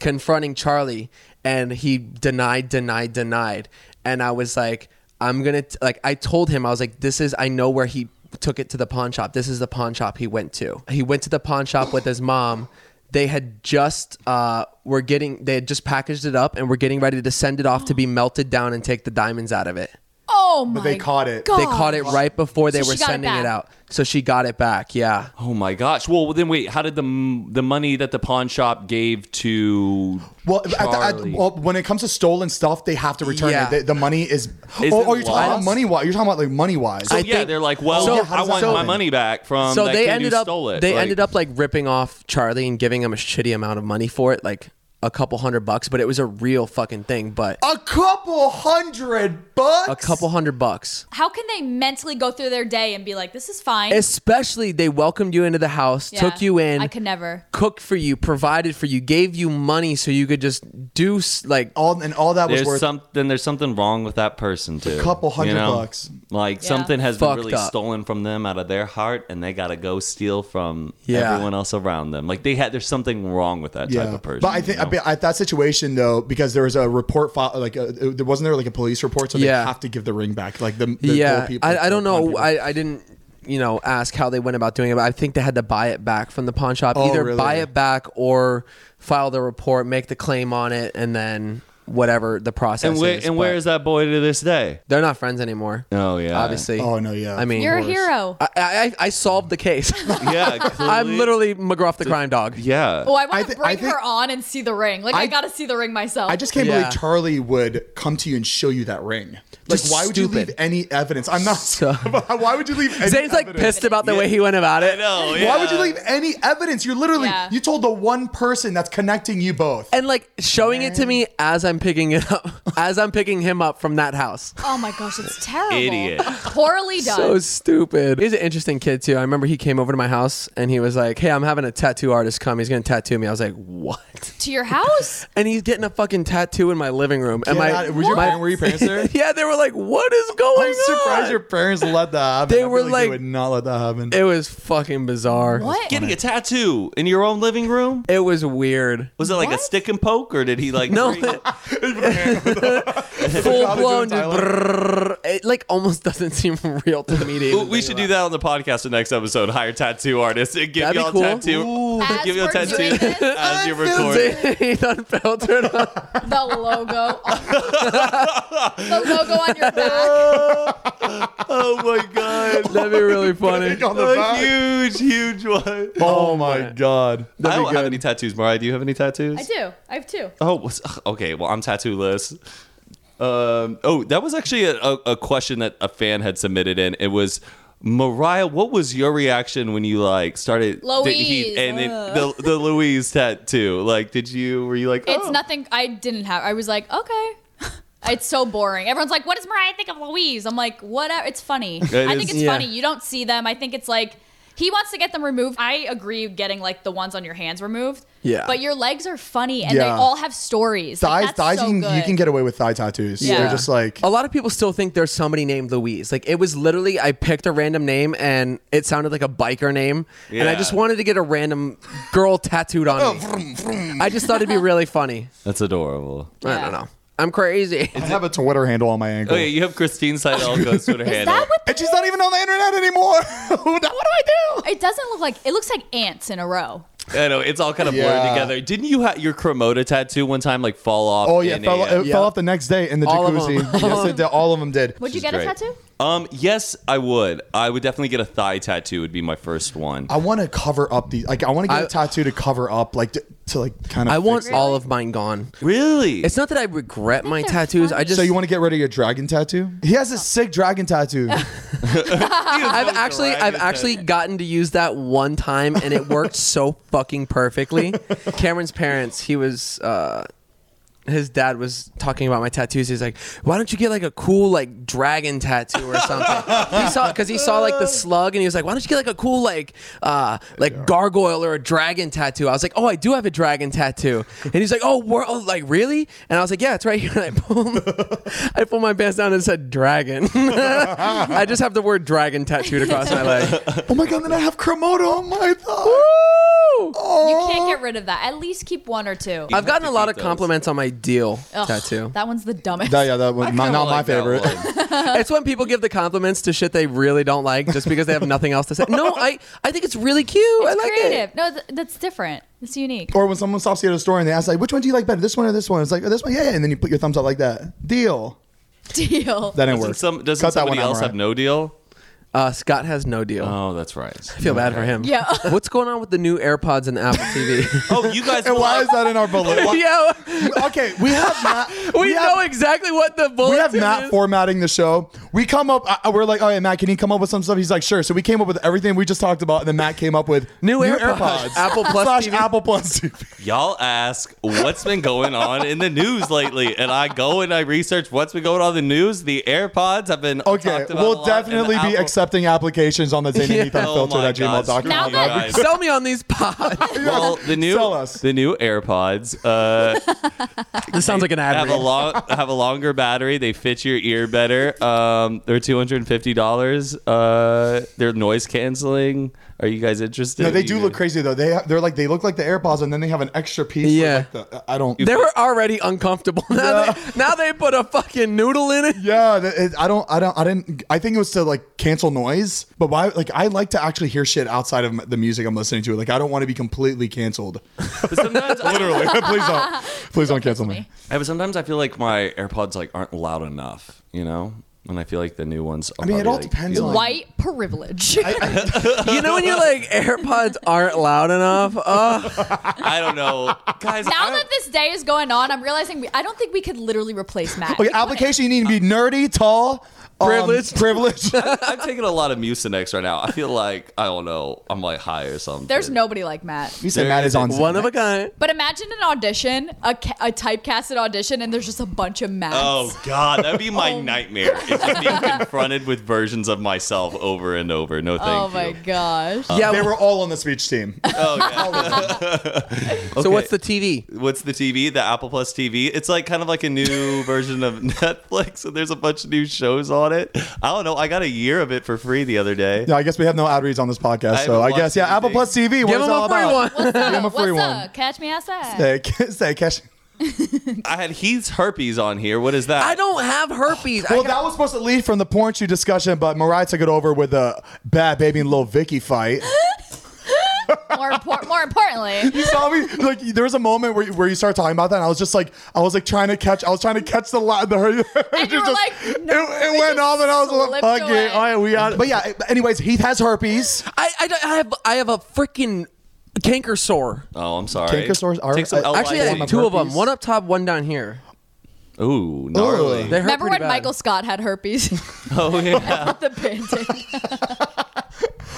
Speaker 3: confronting Charlie, and he denied, denied, denied, and I was like, I'm gonna t-, like I told him I was like, this is I know where he took it to the pawn shop. This is the pawn shop he went to. He went to the pawn shop with his mom. They had just uh, were getting they had just packaged it up and were getting ready to send it off to be melted down and take the diamonds out of it.
Speaker 2: oh my.
Speaker 1: they caught it.
Speaker 2: God.
Speaker 3: They caught it right before they
Speaker 2: So
Speaker 3: were
Speaker 2: she got it
Speaker 3: sending it
Speaker 2: back.
Speaker 3: out. So she got it back. Yeah.
Speaker 4: Oh my gosh. Well, then wait, how did the m- the money that the pawn shop gave to
Speaker 1: Well, at the, at,
Speaker 4: Charlie?
Speaker 1: well, when it comes to stolen stuff, they have to return
Speaker 3: Yeah.
Speaker 1: it. The, the money is.
Speaker 4: Is
Speaker 1: oh,
Speaker 4: it
Speaker 1: oh, you're talking about
Speaker 4: lost?
Speaker 1: money wise. You're talking about like money wise.
Speaker 4: So
Speaker 3: I
Speaker 4: yeah,
Speaker 3: think-
Speaker 4: they're like, well,
Speaker 3: So- Yeah, how
Speaker 4: I
Speaker 1: does that
Speaker 4: want my
Speaker 1: happen?
Speaker 4: money back from
Speaker 3: so
Speaker 4: Um, that
Speaker 3: they
Speaker 4: kid
Speaker 3: ended
Speaker 4: who
Speaker 3: up
Speaker 4: stole it.
Speaker 3: they
Speaker 4: Like,
Speaker 3: ended up like ripping off Charlie and giving him a shitty amount of money for it, like a couple hundred bucks. But it was a real fucking thing. But
Speaker 1: a couple hundred bucks.
Speaker 3: a couple hundred bucks.
Speaker 2: How can they mentally go through their day and be like, "This is fine"?
Speaker 3: Especially they welcomed you into the house,
Speaker 2: Yeah.
Speaker 3: took you in,
Speaker 2: I could never.
Speaker 3: cooked for you, provided for you, gave you money so you could just do s- like
Speaker 1: All and all that was
Speaker 4: there's
Speaker 1: worth.
Speaker 4: some then there's something wrong with that person too.
Speaker 1: couple
Speaker 4: you
Speaker 1: hundred
Speaker 4: know?
Speaker 1: bucks.
Speaker 4: Like
Speaker 2: Yeah.
Speaker 4: something has
Speaker 3: Fucked
Speaker 4: been really
Speaker 3: up.
Speaker 4: stolen from them out of their heart, and they gotta go steal from
Speaker 3: Yeah.
Speaker 4: everyone else around them. Like they had there's something wrong with that type of person.
Speaker 1: But I
Speaker 4: you
Speaker 1: think
Speaker 4: know?
Speaker 1: I bet- at that situation though, because there was a report file, like uh there wasn't there like a police report, so they
Speaker 3: Yeah.
Speaker 1: have to give the ring back. Like the, the
Speaker 3: yeah.
Speaker 1: poor people,
Speaker 3: I, I don't
Speaker 1: the poor
Speaker 3: know.
Speaker 1: people.
Speaker 3: I, I didn't you know ask how they went about doing it. But I think they had to buy it back from the pawn shop,
Speaker 1: Oh,
Speaker 3: either
Speaker 1: really?
Speaker 3: buy it back or file the report, make the claim on it, and then whatever the process
Speaker 4: and where
Speaker 3: is.
Speaker 4: and where
Speaker 3: But
Speaker 4: is that boy to this day?
Speaker 3: They're not friends anymore.
Speaker 4: Oh yeah.
Speaker 3: obviously.
Speaker 1: Oh, no, yeah.
Speaker 3: I mean,
Speaker 2: You're a
Speaker 1: Worse.
Speaker 2: hero.
Speaker 3: I, I I solved the case.
Speaker 4: Yeah.
Speaker 3: I'm
Speaker 4: clearly-
Speaker 3: literally McGruff the crime dog.
Speaker 4: Yeah.
Speaker 2: oh, I
Speaker 1: I
Speaker 2: want to
Speaker 1: thi- I
Speaker 2: bring
Speaker 1: think-
Speaker 2: her on and see the ring. Like I,
Speaker 1: I-
Speaker 2: gotta see the ring myself.
Speaker 1: I just can't
Speaker 3: Yeah.
Speaker 1: believe Charlie would come to you and show you that ring. Like,
Speaker 3: Just
Speaker 1: why would you
Speaker 3: stupid.
Speaker 1: leave any evidence? I'm not. why would you leave? Any
Speaker 3: Zane's like
Speaker 1: evidence?
Speaker 3: pissed about the way he went about it.
Speaker 4: No,
Speaker 1: Why would
Speaker 4: yeah.
Speaker 1: you leave any evidence? You're literally
Speaker 2: Yeah.
Speaker 1: you told the one person that's connecting you both.
Speaker 3: And like showing it to me as I'm picking it up, as I'm picking him up from that house.
Speaker 2: Oh my gosh, it's terrible.
Speaker 4: Idiot.
Speaker 2: Poorly done.
Speaker 3: So stupid. He's an interesting kid too. I remember he came over to my house and he was like, "Hey, I'm having a tattoo artist come. He's gonna tattoo me." I was like, "What?"
Speaker 2: to your house?
Speaker 3: And he's getting a fucking tattoo in my living room. And
Speaker 1: Yeah,
Speaker 3: my,
Speaker 1: that- was your
Speaker 3: my-
Speaker 1: parent- were your parents there?
Speaker 3: yeah, they were like, "What is going
Speaker 1: I'm
Speaker 3: on?"
Speaker 1: surprised your parents let that happen.
Speaker 3: oh They
Speaker 1: I feel
Speaker 3: were like-
Speaker 1: they would not let that happen.
Speaker 3: It was fucking bizarre.
Speaker 2: What?
Speaker 4: Getting a tattoo in your own living room?
Speaker 3: It was weird.
Speaker 4: Was it like a
Speaker 2: What?
Speaker 4: stick and poke, or did he like
Speaker 3: No,
Speaker 4: bring-
Speaker 3: full blown,
Speaker 1: Tyler.
Speaker 3: just brrrr, it like almost doesn't seem real to me. to
Speaker 4: Ooh,
Speaker 3: even
Speaker 4: we
Speaker 3: think
Speaker 4: should
Speaker 3: about.
Speaker 4: do that on the podcast the next episode. Hire tattoo artists and give
Speaker 3: That'd be
Speaker 4: y'all
Speaker 3: cool.
Speaker 4: tattoo.
Speaker 2: As
Speaker 4: give y'all
Speaker 2: we're
Speaker 4: tattoo
Speaker 2: doing this-
Speaker 4: as you record.
Speaker 3: Zane's unfiltered.
Speaker 2: the logo, on, the logo on your back.
Speaker 4: Oh my god.
Speaker 3: That'd be really funny.
Speaker 1: on the
Speaker 4: A
Speaker 1: back.
Speaker 4: huge, huge one.
Speaker 1: Oh my god.
Speaker 4: I
Speaker 3: be
Speaker 4: don't have
Speaker 3: good.
Speaker 4: any tattoos, Mariah. Do you have any tattoos?
Speaker 2: I do. I have two.
Speaker 4: Oh, what's, ugh, okay. Well, I'm tattooless. Um, oh, that was actually a, a, a question that a fan had submitted in. It was Mariah. What was your reaction when you like started
Speaker 2: Louise,
Speaker 4: and then
Speaker 2: ugh.
Speaker 4: the the Louise tattoo? Like, did you were you like
Speaker 2: It's
Speaker 4: oh.
Speaker 2: nothing. I didn't have. I was like, okay. It's so boring. Everyone's like, "What does Mariah think of Louise?" I'm like, "Whatever." It's funny. I
Speaker 4: is-
Speaker 2: think it's
Speaker 3: Yeah.
Speaker 2: funny. You don't see them. I think it's like he wants to get them removed. I agree, getting like the ones on your hands removed.
Speaker 3: Yeah.
Speaker 2: But your legs are funny, and they
Speaker 1: Yeah.
Speaker 2: all have stories. Like,
Speaker 1: Thighs,
Speaker 2: that's
Speaker 1: thighs
Speaker 2: so
Speaker 1: you, can, you
Speaker 2: good.
Speaker 1: can get away with thigh tattoos.
Speaker 2: Yeah.
Speaker 1: They're just like
Speaker 3: A lot of people still think there's somebody named Louise. Like it was literally I picked a random name and it sounded like a biker name, and I
Speaker 4: Yeah.
Speaker 3: just wanted to get a random girl tattooed on me. I just thought it'd be really funny.
Speaker 4: That's adorable.
Speaker 3: I don't know. I'm crazy.
Speaker 1: I have a Twitter handle on my ankle.
Speaker 4: Okay, you have Christine Seidelko's Twitter
Speaker 2: Is
Speaker 4: handle.
Speaker 2: that what?
Speaker 1: And she's not even on the internet anymore. what do I do?
Speaker 2: It doesn't look like. It looks like ants in a row.
Speaker 4: I know it's all kind of blurred
Speaker 1: Yeah.
Speaker 4: together. Didn't you have your Cremota tattoo one time like fall off?
Speaker 1: Oh yeah,
Speaker 4: in
Speaker 1: it fell,
Speaker 4: a, uh,
Speaker 1: it fell off the next day in the
Speaker 3: All of
Speaker 1: jacuzzi.
Speaker 3: them.
Speaker 1: yes, it did. All of them did.
Speaker 2: Would you
Speaker 4: She's
Speaker 2: get
Speaker 4: great.
Speaker 2: a tattoo?
Speaker 4: Um, yes, I would. I would definitely get a thigh tattoo. Would be my first one.
Speaker 1: I want to cover up these. Like I want to get
Speaker 3: I-
Speaker 1: a tattoo to cover up, like to, to like kind of.
Speaker 3: I want
Speaker 1: fix-
Speaker 3: all of mine gone.
Speaker 4: really?
Speaker 3: It's not that I regret my
Speaker 2: they're
Speaker 3: tattoos. I
Speaker 2: funny.
Speaker 3: just
Speaker 1: So you want to get rid of your dragon tattoo? He has a sick dragon tattoo.
Speaker 3: I've actually I've actually gotten to use that one time and it worked so fucking perfectly. Cameron's parents, he was uh his dad was talking about my tattoos. He's like, "Why don't you get like a cool like dragon tattoo or something?" he saw because he saw like the slug, and he was like, "Why don't you get like a cool like uh like gargoyle or a dragon tattoo?" I was like, "Oh, I do have a dragon tattoo," and he's like, "Oh, wor- oh like really?" And I was like, "Yeah, it's right here." And I pulled I pulled my pants down and it said dragon. I just have the word dragon tattooed across my leg.
Speaker 1: oh my god! Then I have Kremoto on my thigh. Oh.
Speaker 2: You can't get rid of that. At least keep one or two.
Speaker 3: I've gotten
Speaker 4: to
Speaker 3: a lot
Speaker 4: keep
Speaker 3: of
Speaker 4: those.
Speaker 3: compliments on my deal
Speaker 2: Ugh,
Speaker 3: tattoo.
Speaker 2: That one's the dumbest.
Speaker 1: That, yeah, that one, my, not my
Speaker 4: like that
Speaker 1: favorite.
Speaker 4: one.
Speaker 2: Uh,
Speaker 3: It's when people give the compliments to shit they really don't like just because they have nothing else to say. No, I, I think it's really cute. I like
Speaker 2: creative.
Speaker 3: it.
Speaker 2: No, th- that's different. It's unique.
Speaker 1: Or when someone stops you at a store and they ask like, "Which one do you like better? This one or this one?" It's like, "Oh, this one, yeah, yeah." And then you put your thumbs up like that. Deal.
Speaker 2: Deal.
Speaker 1: That didn't
Speaker 4: Doesn't,
Speaker 1: work.
Speaker 4: some, doesn't
Speaker 1: Cut that
Speaker 4: somebody
Speaker 1: one out,
Speaker 4: else have
Speaker 1: Mariah.
Speaker 4: no deal?
Speaker 3: Uh, Scott has no deal.
Speaker 1: Uh,
Speaker 4: Oh, that's right.
Speaker 3: I feel bad for him.
Speaker 2: Yeah.
Speaker 3: What's going on with the new AirPods and Apple TV?
Speaker 4: Oh, you guys.
Speaker 1: And why is that in our bullet? Why-
Speaker 3: yeah,
Speaker 1: okay, we have not.
Speaker 3: we, know
Speaker 1: have,
Speaker 3: exactly what the
Speaker 1: we
Speaker 3: bulletin
Speaker 1: have Matt
Speaker 3: is.
Speaker 1: formatting the show. We come up. I- I- we're like, "Oh yeah, Matt, can you come up with some stuff?" He's like, "Sure." So we came up with everything we just talked about, and then Matt came up with
Speaker 3: New AirPods. Apple Plus
Speaker 1: slash
Speaker 3: TV.
Speaker 1: Apple Plus TV.
Speaker 4: Y'all ask what's been going on in the news lately, and I go and I research what's been going on in the news. The AirPods have been
Speaker 1: Okay,
Speaker 4: talked about a
Speaker 1: we'll
Speaker 4: lot,
Speaker 1: definitely
Speaker 4: and
Speaker 1: be
Speaker 4: Apple-
Speaker 1: accepting applications on the Zane
Speaker 3: Yeah.
Speaker 1: and Ethan
Speaker 4: Oh
Speaker 1: filter
Speaker 4: my
Speaker 1: at
Speaker 4: God,
Speaker 1: gmail.com.
Speaker 2: Now
Speaker 4: you
Speaker 2: that-
Speaker 4: guys.
Speaker 3: Sell me on these pods.
Speaker 4: Well, the new
Speaker 1: Sell us.
Speaker 4: the new AirPods uh,
Speaker 3: this sounds like an ad.
Speaker 4: have a
Speaker 3: read.
Speaker 4: long have a longer battery. They fit your ear better. Um, they're two hundred and fifty dollars. Uh, they're noise canceling. Are you guys interested?
Speaker 1: No, they
Speaker 4: Are
Speaker 1: do
Speaker 4: you-
Speaker 1: look crazy though. They they're like they look like the AirPods, and then they have an extra piece.
Speaker 3: Yeah.
Speaker 1: Yeah, like the, I don't.
Speaker 3: They were already uncomfortable. Now, they, now they put a fucking noodle in it.
Speaker 1: yeah, th- it, I don't. I don't. I didn't. I think it was to like cancel noise. But why? Like I like to actually hear shit outside of m- the music I'm listening to. Like I don't want to be completely canceled.
Speaker 4: But sometimes I-
Speaker 1: Literally, please don't. Please don't cancel me.
Speaker 4: Yeah, but sometimes I feel like my AirPods like aren't loud enough, you know, and I feel like the new ones. I'll
Speaker 1: I mean, it
Speaker 4: probably,
Speaker 1: all
Speaker 4: like,
Speaker 1: depends
Speaker 4: feel
Speaker 1: on-
Speaker 4: like-
Speaker 2: White privilege.
Speaker 3: You know when you're like AirPods aren't loud enough. Ugh.
Speaker 4: I don't know, guys.
Speaker 2: now
Speaker 4: I
Speaker 2: that
Speaker 4: don't-
Speaker 2: this day is going on, I'm realizing we, I don't think we could literally replace Matt.
Speaker 1: Okay, application. You need to be nerdy, tall, um,
Speaker 3: Privileged.
Speaker 1: privileged.
Speaker 4: I'm taking a lot of Mucinex right now. I feel like I don't know. I'm like high or something.
Speaker 2: There's nobody like Matt.
Speaker 1: You said Matt is on
Speaker 3: One of a kind.
Speaker 2: But imagine an audition, a, ca- a typecasted audition, and there's just a bunch of Matts.
Speaker 4: Oh God, that'd be my
Speaker 2: Oh.
Speaker 4: nightmare. It's just being confronted with versions of myself over and over. No, thank
Speaker 2: Oh
Speaker 4: you.
Speaker 2: my gosh.
Speaker 3: yeah.
Speaker 1: Uh, They
Speaker 3: well,
Speaker 1: were all on the speech team.
Speaker 4: Oh yeah.
Speaker 3: So what's the TV?
Speaker 4: What's the TV? The Apple Plus TV. It's like kind of like a new version of Netflix, and there's a bunch of new shows on it. I don't know. I got a year of it for free the other day.
Speaker 1: No, I guess we have no ad reads on this podcast.
Speaker 4: I
Speaker 1: so
Speaker 4: haven't
Speaker 1: I guess,
Speaker 4: watched
Speaker 1: yeah, Apple
Speaker 4: anything.
Speaker 1: Plus TV. What
Speaker 3: Give
Speaker 1: is it
Speaker 3: them
Speaker 1: all
Speaker 3: a free
Speaker 1: about?
Speaker 3: one.
Speaker 2: What's up?
Speaker 1: him a free
Speaker 2: What's
Speaker 1: one.
Speaker 2: up? Catch me outside.
Speaker 1: Say, say, cash.
Speaker 4: I had he's herpes on here. What is that?
Speaker 3: I don't have herpes. I
Speaker 1: Well,
Speaker 3: got-
Speaker 1: that was supposed to lead from the porn shoot discussion, but Mariah took it over with the Bad Baby and Lil Vicky fight.
Speaker 2: More, impor- more importantly,
Speaker 1: You saw me like there was a moment where, where you started talking about that, and I was just like, I was like trying to catch, I was trying to catch the line. The and
Speaker 2: you were like, no,
Speaker 1: it,
Speaker 2: we
Speaker 1: it went
Speaker 2: just
Speaker 1: off, and I was like,
Speaker 2: slipped
Speaker 1: fuck
Speaker 2: away.
Speaker 1: it, all right, we got it. But yeah, anyways, Heath has herpes.
Speaker 3: I, I, don't- I have I have a freaking canker sore.
Speaker 4: Oh, I'm sorry.
Speaker 1: Cankersaurs are-
Speaker 4: Take some
Speaker 1: uh,
Speaker 3: Actually, I
Speaker 1: see.
Speaker 3: have
Speaker 4: LYT.
Speaker 3: two of them.
Speaker 1: Herpes.
Speaker 3: One up top, one down here.
Speaker 4: Ooh, gnarly.
Speaker 3: They hurt
Speaker 2: remember
Speaker 3: pretty
Speaker 2: when
Speaker 3: bad.
Speaker 2: Michael Scott had herpes?
Speaker 4: Oh yeah.
Speaker 2: the painting.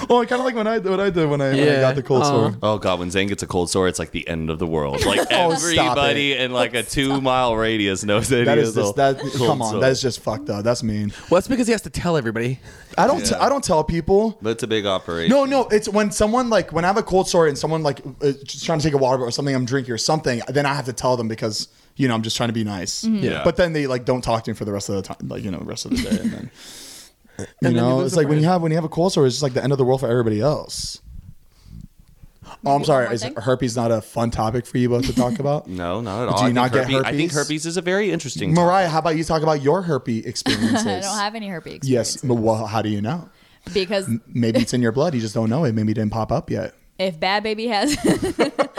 Speaker 1: Oh, kind of like when I what I did when I, when I
Speaker 3: Yeah.
Speaker 1: got the cold sore.
Speaker 4: Oh god, when Zane gets a cold sore, it's like the end of the world. Like
Speaker 1: Oh, stop
Speaker 4: everybody in like a two mile radius knows that,
Speaker 1: That
Speaker 4: he
Speaker 1: is
Speaker 4: has
Speaker 1: just
Speaker 4: a
Speaker 1: that.
Speaker 4: cold
Speaker 1: Come on,
Speaker 4: sore.
Speaker 1: that is just fucked up. That's mean.
Speaker 3: Well, that's because he has to tell everybody.
Speaker 1: I don't. I I don't tell people.
Speaker 4: But it's a big operation.
Speaker 1: No, no. It's when someone like when I have a cold sore and someone like is just trying to take a water or something I'm drinking or something, then I have to tell them because you know I'm just trying to be nice.
Speaker 2: Mm-hmm.
Speaker 4: Yeah.
Speaker 1: But then they like don't talk to me for the rest of the time, like you know, the rest of the day, and then you
Speaker 3: then you
Speaker 1: know,
Speaker 3: lose
Speaker 1: it's
Speaker 3: a
Speaker 1: like when you
Speaker 3: friend.
Speaker 1: have when you have a cold sore, it's just like the end of the world for everybody else. Oh, I'm sorry.
Speaker 2: more
Speaker 1: Is
Speaker 2: thing?
Speaker 1: herpes not a fun topic for you both to talk about?
Speaker 4: No, not at all.
Speaker 1: Do you
Speaker 4: I think
Speaker 1: not get
Speaker 4: herpes- I think
Speaker 1: herpes?
Speaker 4: herpes is a very interesting.
Speaker 1: Mariah, how about you talk about your herpes experiences?
Speaker 2: I don't have any herpes.
Speaker 1: Yes. Well, how do you know?
Speaker 2: Because
Speaker 1: Maybe it's in your blood. You just don't know it. Maybe it didn't pop up yet.
Speaker 2: if Bad Baby has,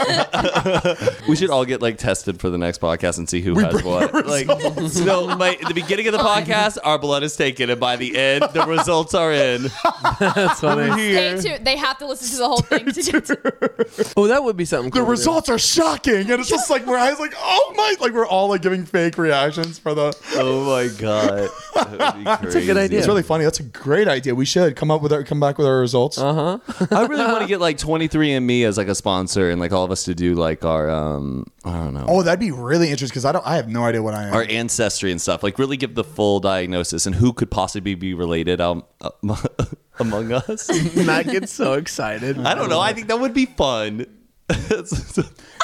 Speaker 4: We should all get like tested for the next podcast and see who has what. Like, no, my, at the beginning of the podcast, our blood is taken, and by the end, the results are in.
Speaker 3: That's funny.
Speaker 2: stay tuned. They have to listen to the whole thing to get to
Speaker 3: oh, that would be something.
Speaker 1: The
Speaker 3: cool to do.
Speaker 1: results are shocking, and it's just like Mariah's like, "Oh my!" Like we're all like giving fake reactions for the.
Speaker 4: Oh my god, that would be crazy.
Speaker 3: a good idea.
Speaker 1: It's really funny. That's a great idea. We should come up with our come back with our results. Uh-huh.
Speaker 4: I really want to get like 23andMe as like a sponsor, and like all of us to do like our um, I don't know,
Speaker 1: Oh, that'd be really interesting because I don't. I have no idea what I am.
Speaker 4: our ancestry and stuff. Like really give the full diagnosis and who could possibly be related um, um, among us.
Speaker 3: Matt gets so excited.
Speaker 4: I don't know. I think that would be fun. That's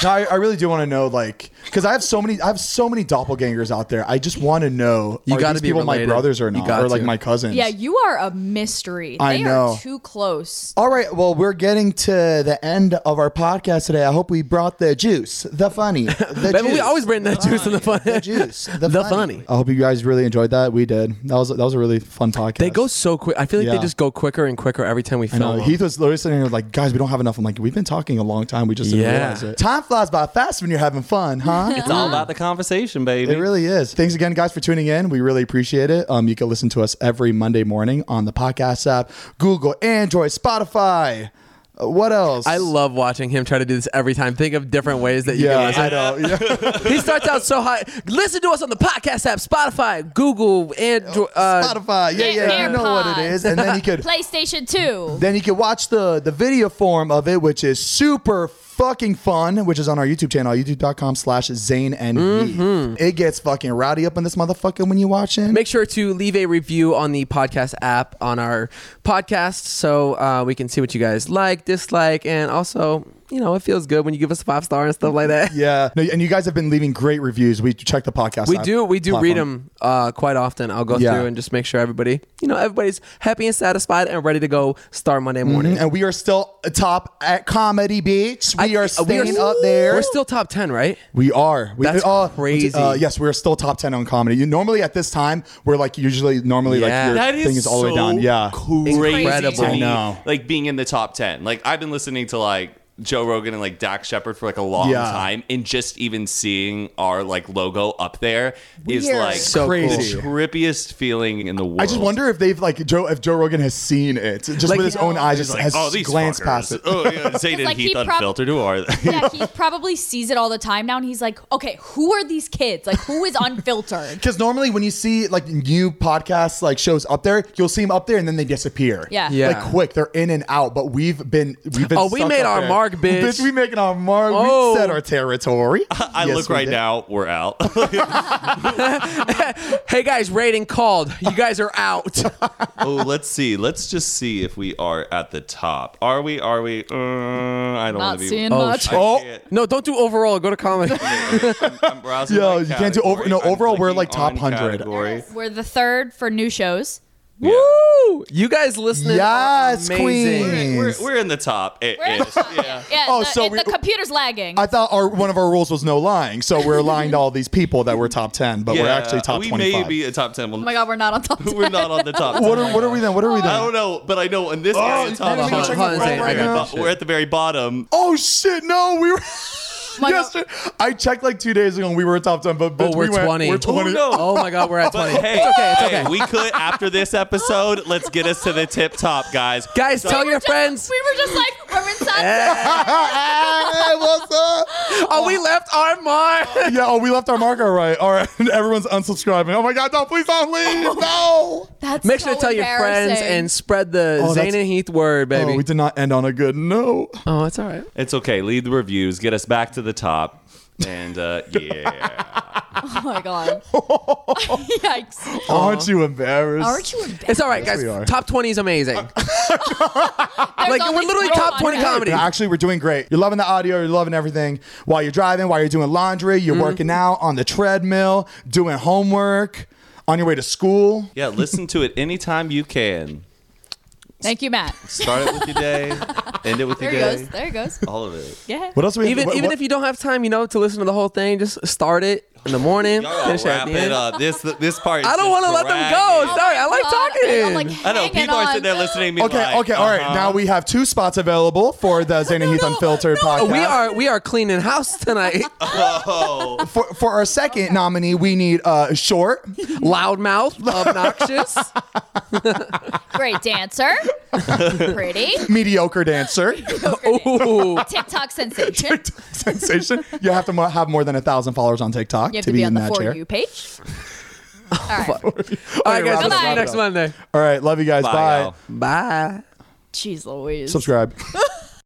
Speaker 1: No, I, I really do want to know, like, because I have so many. I have so many doppelgangers out there. I just want to know.
Speaker 3: You
Speaker 1: are
Speaker 3: gotta
Speaker 1: these
Speaker 3: be
Speaker 1: people my
Speaker 3: related.
Speaker 1: brothers or
Speaker 3: You
Speaker 1: not,
Speaker 3: got
Speaker 1: or like
Speaker 3: to.
Speaker 1: my cousins.
Speaker 2: Yeah, you are a mystery.
Speaker 1: I
Speaker 2: they
Speaker 1: know.
Speaker 2: are too close.
Speaker 1: All right, well, we're getting to the end of our podcast today. I hope we brought the juice, the funny, the
Speaker 3: But
Speaker 1: juice.
Speaker 3: we always bring that juice in the fun.
Speaker 1: the juice, the,
Speaker 3: The
Speaker 1: funny.
Speaker 3: funny.
Speaker 1: I hope you guys really enjoyed that. We did. That was that was a really fun podcast.
Speaker 3: They go so quick. I feel like
Speaker 1: Yeah.
Speaker 3: they just go quicker and quicker every time we
Speaker 1: I
Speaker 3: film.
Speaker 1: know.
Speaker 3: them.
Speaker 1: Heath was literally sitting here like, guys, we don't have enough. I'm like, we've been talking a long time. We just didn't
Speaker 3: Yeah.
Speaker 1: realize it. Time flies by fast when you're having fun, huh?
Speaker 4: all about the conversation, baby.
Speaker 1: It really is. Thanks again, guys, for tuning in. We really appreciate it. Um, you can listen to us every Monday morning on the podcast app, Google, Android, Spotify. Uh, What else?
Speaker 3: I love watching him try to do this every time. Think of different ways that you
Speaker 1: Yeah,
Speaker 3: can
Speaker 1: I know. Yeah.
Speaker 3: listen. He starts out so high. Listen to us on the podcast app, Spotify, Google, and uh,
Speaker 1: Spotify. Yeah, yeah, you know what it
Speaker 2: AirPods.
Speaker 1: is. And then you could
Speaker 2: PlayStation 2.
Speaker 1: then you could watch the the video form of it, which is super fucking fun, which is on our YouTube channel, youtube.com slash Zane and Heath. It gets fucking rowdy up in this motherfucker when you watch it.
Speaker 3: Mm-hmm. Make sure to leave a review on the podcast app on our podcast so uh, we can see what you guys like, dislike, and also, you know, it feels good when you give us a five star and stuff like that.
Speaker 1: yeah. No, and you guys have been leaving great reviews. We check the podcast.
Speaker 3: We
Speaker 1: app
Speaker 3: do we do
Speaker 1: platform.
Speaker 3: read them uh, quite often. I'll go
Speaker 1: Yeah.
Speaker 3: through and just make sure everybody, you know, everybody's happy and satisfied and ready to go start Monday morning.
Speaker 1: Mm-hmm. And we are still top at Comedy Beach. We
Speaker 3: I- uh,
Speaker 1: are staying up there.
Speaker 3: We're still top ten, right?
Speaker 1: We are. We,
Speaker 3: That's
Speaker 1: uh,
Speaker 3: crazy.
Speaker 1: Uh, yes, we're still top ten on comedy. You, normally at this time, we're like usually normally like
Speaker 3: Yeah.
Speaker 1: your
Speaker 4: That
Speaker 1: thing is all the way down. Yeah,
Speaker 4: crazy
Speaker 3: Incredible.
Speaker 4: to
Speaker 1: I
Speaker 4: me.
Speaker 1: know.
Speaker 4: Like being in the top ten. Like I've been listening to like Joe Rogan and like Dak Shepard for like a long
Speaker 1: Yeah.
Speaker 4: time, and just even seeing our like logo up there is
Speaker 2: Weird.
Speaker 4: like
Speaker 3: So
Speaker 1: crazy.
Speaker 4: the trippiest feeling in the world.
Speaker 1: I just wonder if they've like Joe if Joe Rogan has seen it just
Speaker 3: Like-
Speaker 1: with his own eyes, just has
Speaker 4: oh, these
Speaker 1: glanced
Speaker 4: fuckers.
Speaker 1: past it.
Speaker 4: Oh, yeah, Zayn and
Speaker 2: like, he
Speaker 4: Heath
Speaker 2: prob-
Speaker 4: unfiltered. Who are they?
Speaker 2: yeah, he probably sees it all the time now, and he's like, okay, who are these kids? Like, who is unfiltered?
Speaker 1: Because normally when you see like new podcasts like shows up there, you'll see them up there and then they disappear.
Speaker 2: Yeah.
Speaker 3: Yeah.
Speaker 1: like quick, they're in and out. But we've been we've been.
Speaker 3: Oh, we
Speaker 1: stuck
Speaker 3: made
Speaker 1: up
Speaker 3: our
Speaker 1: there.
Speaker 3: mark, bitch.
Speaker 1: we making our mark.
Speaker 3: Oh.
Speaker 1: We set our territory.
Speaker 4: I
Speaker 1: Yes,
Speaker 4: look
Speaker 1: we
Speaker 4: right
Speaker 1: did.
Speaker 4: now. We're out.
Speaker 3: Hey guys, rating called. You guys are out.
Speaker 4: oh, let's see. Let's just see if we are at the top. Are we? Are we? Uh, I
Speaker 2: Not
Speaker 4: don't want to be.
Speaker 2: seeing
Speaker 3: Oh,
Speaker 2: much.
Speaker 4: I
Speaker 1: Oh.
Speaker 4: can't.
Speaker 3: no, don't do overall. Go to comment.
Speaker 4: I'm, I'm browsing.
Speaker 1: Yo,
Speaker 4: by
Speaker 1: you can't do over- no,
Speaker 4: category. I'm
Speaker 1: overall, we're,
Speaker 4: clicking
Speaker 1: like, top
Speaker 4: on
Speaker 1: 100.
Speaker 4: category.
Speaker 2: We're the third for new shows.
Speaker 4: Yeah.
Speaker 3: Woo! You guys listening? are
Speaker 1: Yes,
Speaker 3: amazing.
Speaker 1: queen.
Speaker 4: We're, we're in the top. It
Speaker 2: We're in the
Speaker 4: is.
Speaker 2: top.
Speaker 4: yeah.
Speaker 2: Yeah,
Speaker 1: Oh,
Speaker 2: the,
Speaker 1: so
Speaker 2: it-
Speaker 1: we-
Speaker 2: the computer's lagging. Oh
Speaker 1: I thought our one of our rules was no lying, so we're lying to all these people that we're top ten, but we're
Speaker 4: Yeah,
Speaker 1: actually top
Speaker 4: we
Speaker 1: twenty-five.
Speaker 4: may be a top 10.
Speaker 2: oh my god, we're not on top.
Speaker 4: We're not on the top.
Speaker 1: What
Speaker 4: 10.
Speaker 1: are what are we then? What are we
Speaker 4: I
Speaker 1: then?
Speaker 4: don't know, but I know in this area, top
Speaker 1: didn't even
Speaker 4: ten,
Speaker 1: check
Speaker 4: we're
Speaker 1: the
Speaker 4: at
Speaker 1: poll
Speaker 4: the
Speaker 1: right
Speaker 4: very
Speaker 1: now.
Speaker 4: bo- we're at the very bottom.
Speaker 1: Oh shit! No, we were.
Speaker 2: my God.
Speaker 1: yesterday, I checked like two days ago, and we were top ten. But bitch,
Speaker 3: Oh, we're
Speaker 1: we went-
Speaker 3: twenty.
Speaker 1: We're twenty.
Speaker 4: Who knows?
Speaker 3: Oh my god, we're at
Speaker 4: But
Speaker 3: twenty.
Speaker 4: hey,
Speaker 3: it's okay. It's okay.
Speaker 4: hey, we could after this episode, let's get us to the tip top, guys.
Speaker 3: Guys,
Speaker 4: So-
Speaker 3: tell your
Speaker 2: Just-
Speaker 3: friends.
Speaker 2: We were just like, we're inside.
Speaker 3: Eh.
Speaker 1: Hey, what's up?
Speaker 3: Oh, we left our mark.
Speaker 1: Yeah. Oh, we left our mark. All right. All right. Everyone's unsubscribing. Oh my god! No, please don't leave. No.
Speaker 2: That's
Speaker 3: Make sure
Speaker 2: so
Speaker 3: to tell your friends
Speaker 2: embarrassing.
Speaker 3: and spread the
Speaker 1: Oh,
Speaker 3: Zayn
Speaker 1: that's-
Speaker 3: and Heath word,
Speaker 1: Oh, we
Speaker 3: baby.
Speaker 1: did not end on a good note.
Speaker 3: Oh, it's all right.
Speaker 4: It's okay. Lead the reviews. Get us back to the top. And uh, yeah.
Speaker 2: Oh my god. Yikes.
Speaker 1: Aren't you embarrassed?
Speaker 2: Aren't you embarrassed?
Speaker 3: It's all right,
Speaker 1: we are.
Speaker 3: guys. Top twenty is amazing. like
Speaker 2: only
Speaker 3: we're literally
Speaker 2: one
Speaker 3: top twenty
Speaker 2: podcast.
Speaker 3: comedy.
Speaker 1: Yeah, actually, we're doing great. You're loving the audio. You're loving everything while you're driving, while you're doing laundry, you're
Speaker 3: Mm-hmm.
Speaker 1: working out on the treadmill, doing homework, on your way to school.
Speaker 4: Yeah, listen to it anytime you can.
Speaker 2: Thank you, Matt.
Speaker 4: Start it with your day, end it with
Speaker 2: There
Speaker 4: your
Speaker 2: he goes.
Speaker 4: day.
Speaker 2: There he goes.
Speaker 4: All of it.
Speaker 2: Yeah.
Speaker 1: What else? Do we
Speaker 3: Even
Speaker 1: what,
Speaker 3: even
Speaker 1: what-
Speaker 3: if you don't have time, you know, to listen to the whole thing, just start it in the morning.
Speaker 4: Y'all
Speaker 3: finish it
Speaker 4: gotta
Speaker 3: at
Speaker 4: wrap
Speaker 3: the
Speaker 4: it
Speaker 3: end.
Speaker 4: up. This this part. Is
Speaker 3: I don't
Speaker 4: want to
Speaker 3: let them go. Sorry, I like talking.
Speaker 2: Oh I'm like,
Speaker 4: I know
Speaker 2: hanging
Speaker 4: people are
Speaker 2: on.
Speaker 4: sitting there listening to me.
Speaker 1: Okay,
Speaker 4: like,
Speaker 1: okay, all right.
Speaker 4: uh-huh.
Speaker 1: Now we have two spots available for the Zayn and Heath Unfiltered
Speaker 3: Oh,
Speaker 1: podcast.
Speaker 3: we are we are cleaning house tonight.
Speaker 4: Oh,
Speaker 1: for, for our second nominee, we need uh, short.
Speaker 3: Loudmouth, obnoxious.
Speaker 2: Great dancer. Pretty.
Speaker 1: Mediocre dancer
Speaker 3: Ooh.
Speaker 2: TikTok sensation.
Speaker 1: sensation. You have to mo- have more than a thousand followers on TikTok
Speaker 2: You have
Speaker 1: to be,
Speaker 2: on
Speaker 1: in
Speaker 2: the
Speaker 1: that
Speaker 2: For
Speaker 1: chair.
Speaker 2: You page. All right.
Speaker 3: All
Speaker 1: wrap
Speaker 3: right, guys.
Speaker 2: it up,
Speaker 3: we'll see
Speaker 2: wrap
Speaker 3: you
Speaker 2: it
Speaker 3: next
Speaker 1: up.
Speaker 3: Monday.
Speaker 1: All right, love you guys.
Speaker 4: Bye,
Speaker 1: Bye.
Speaker 4: y'all.
Speaker 3: Bye.
Speaker 2: Jeez Louise.
Speaker 1: Subscribe.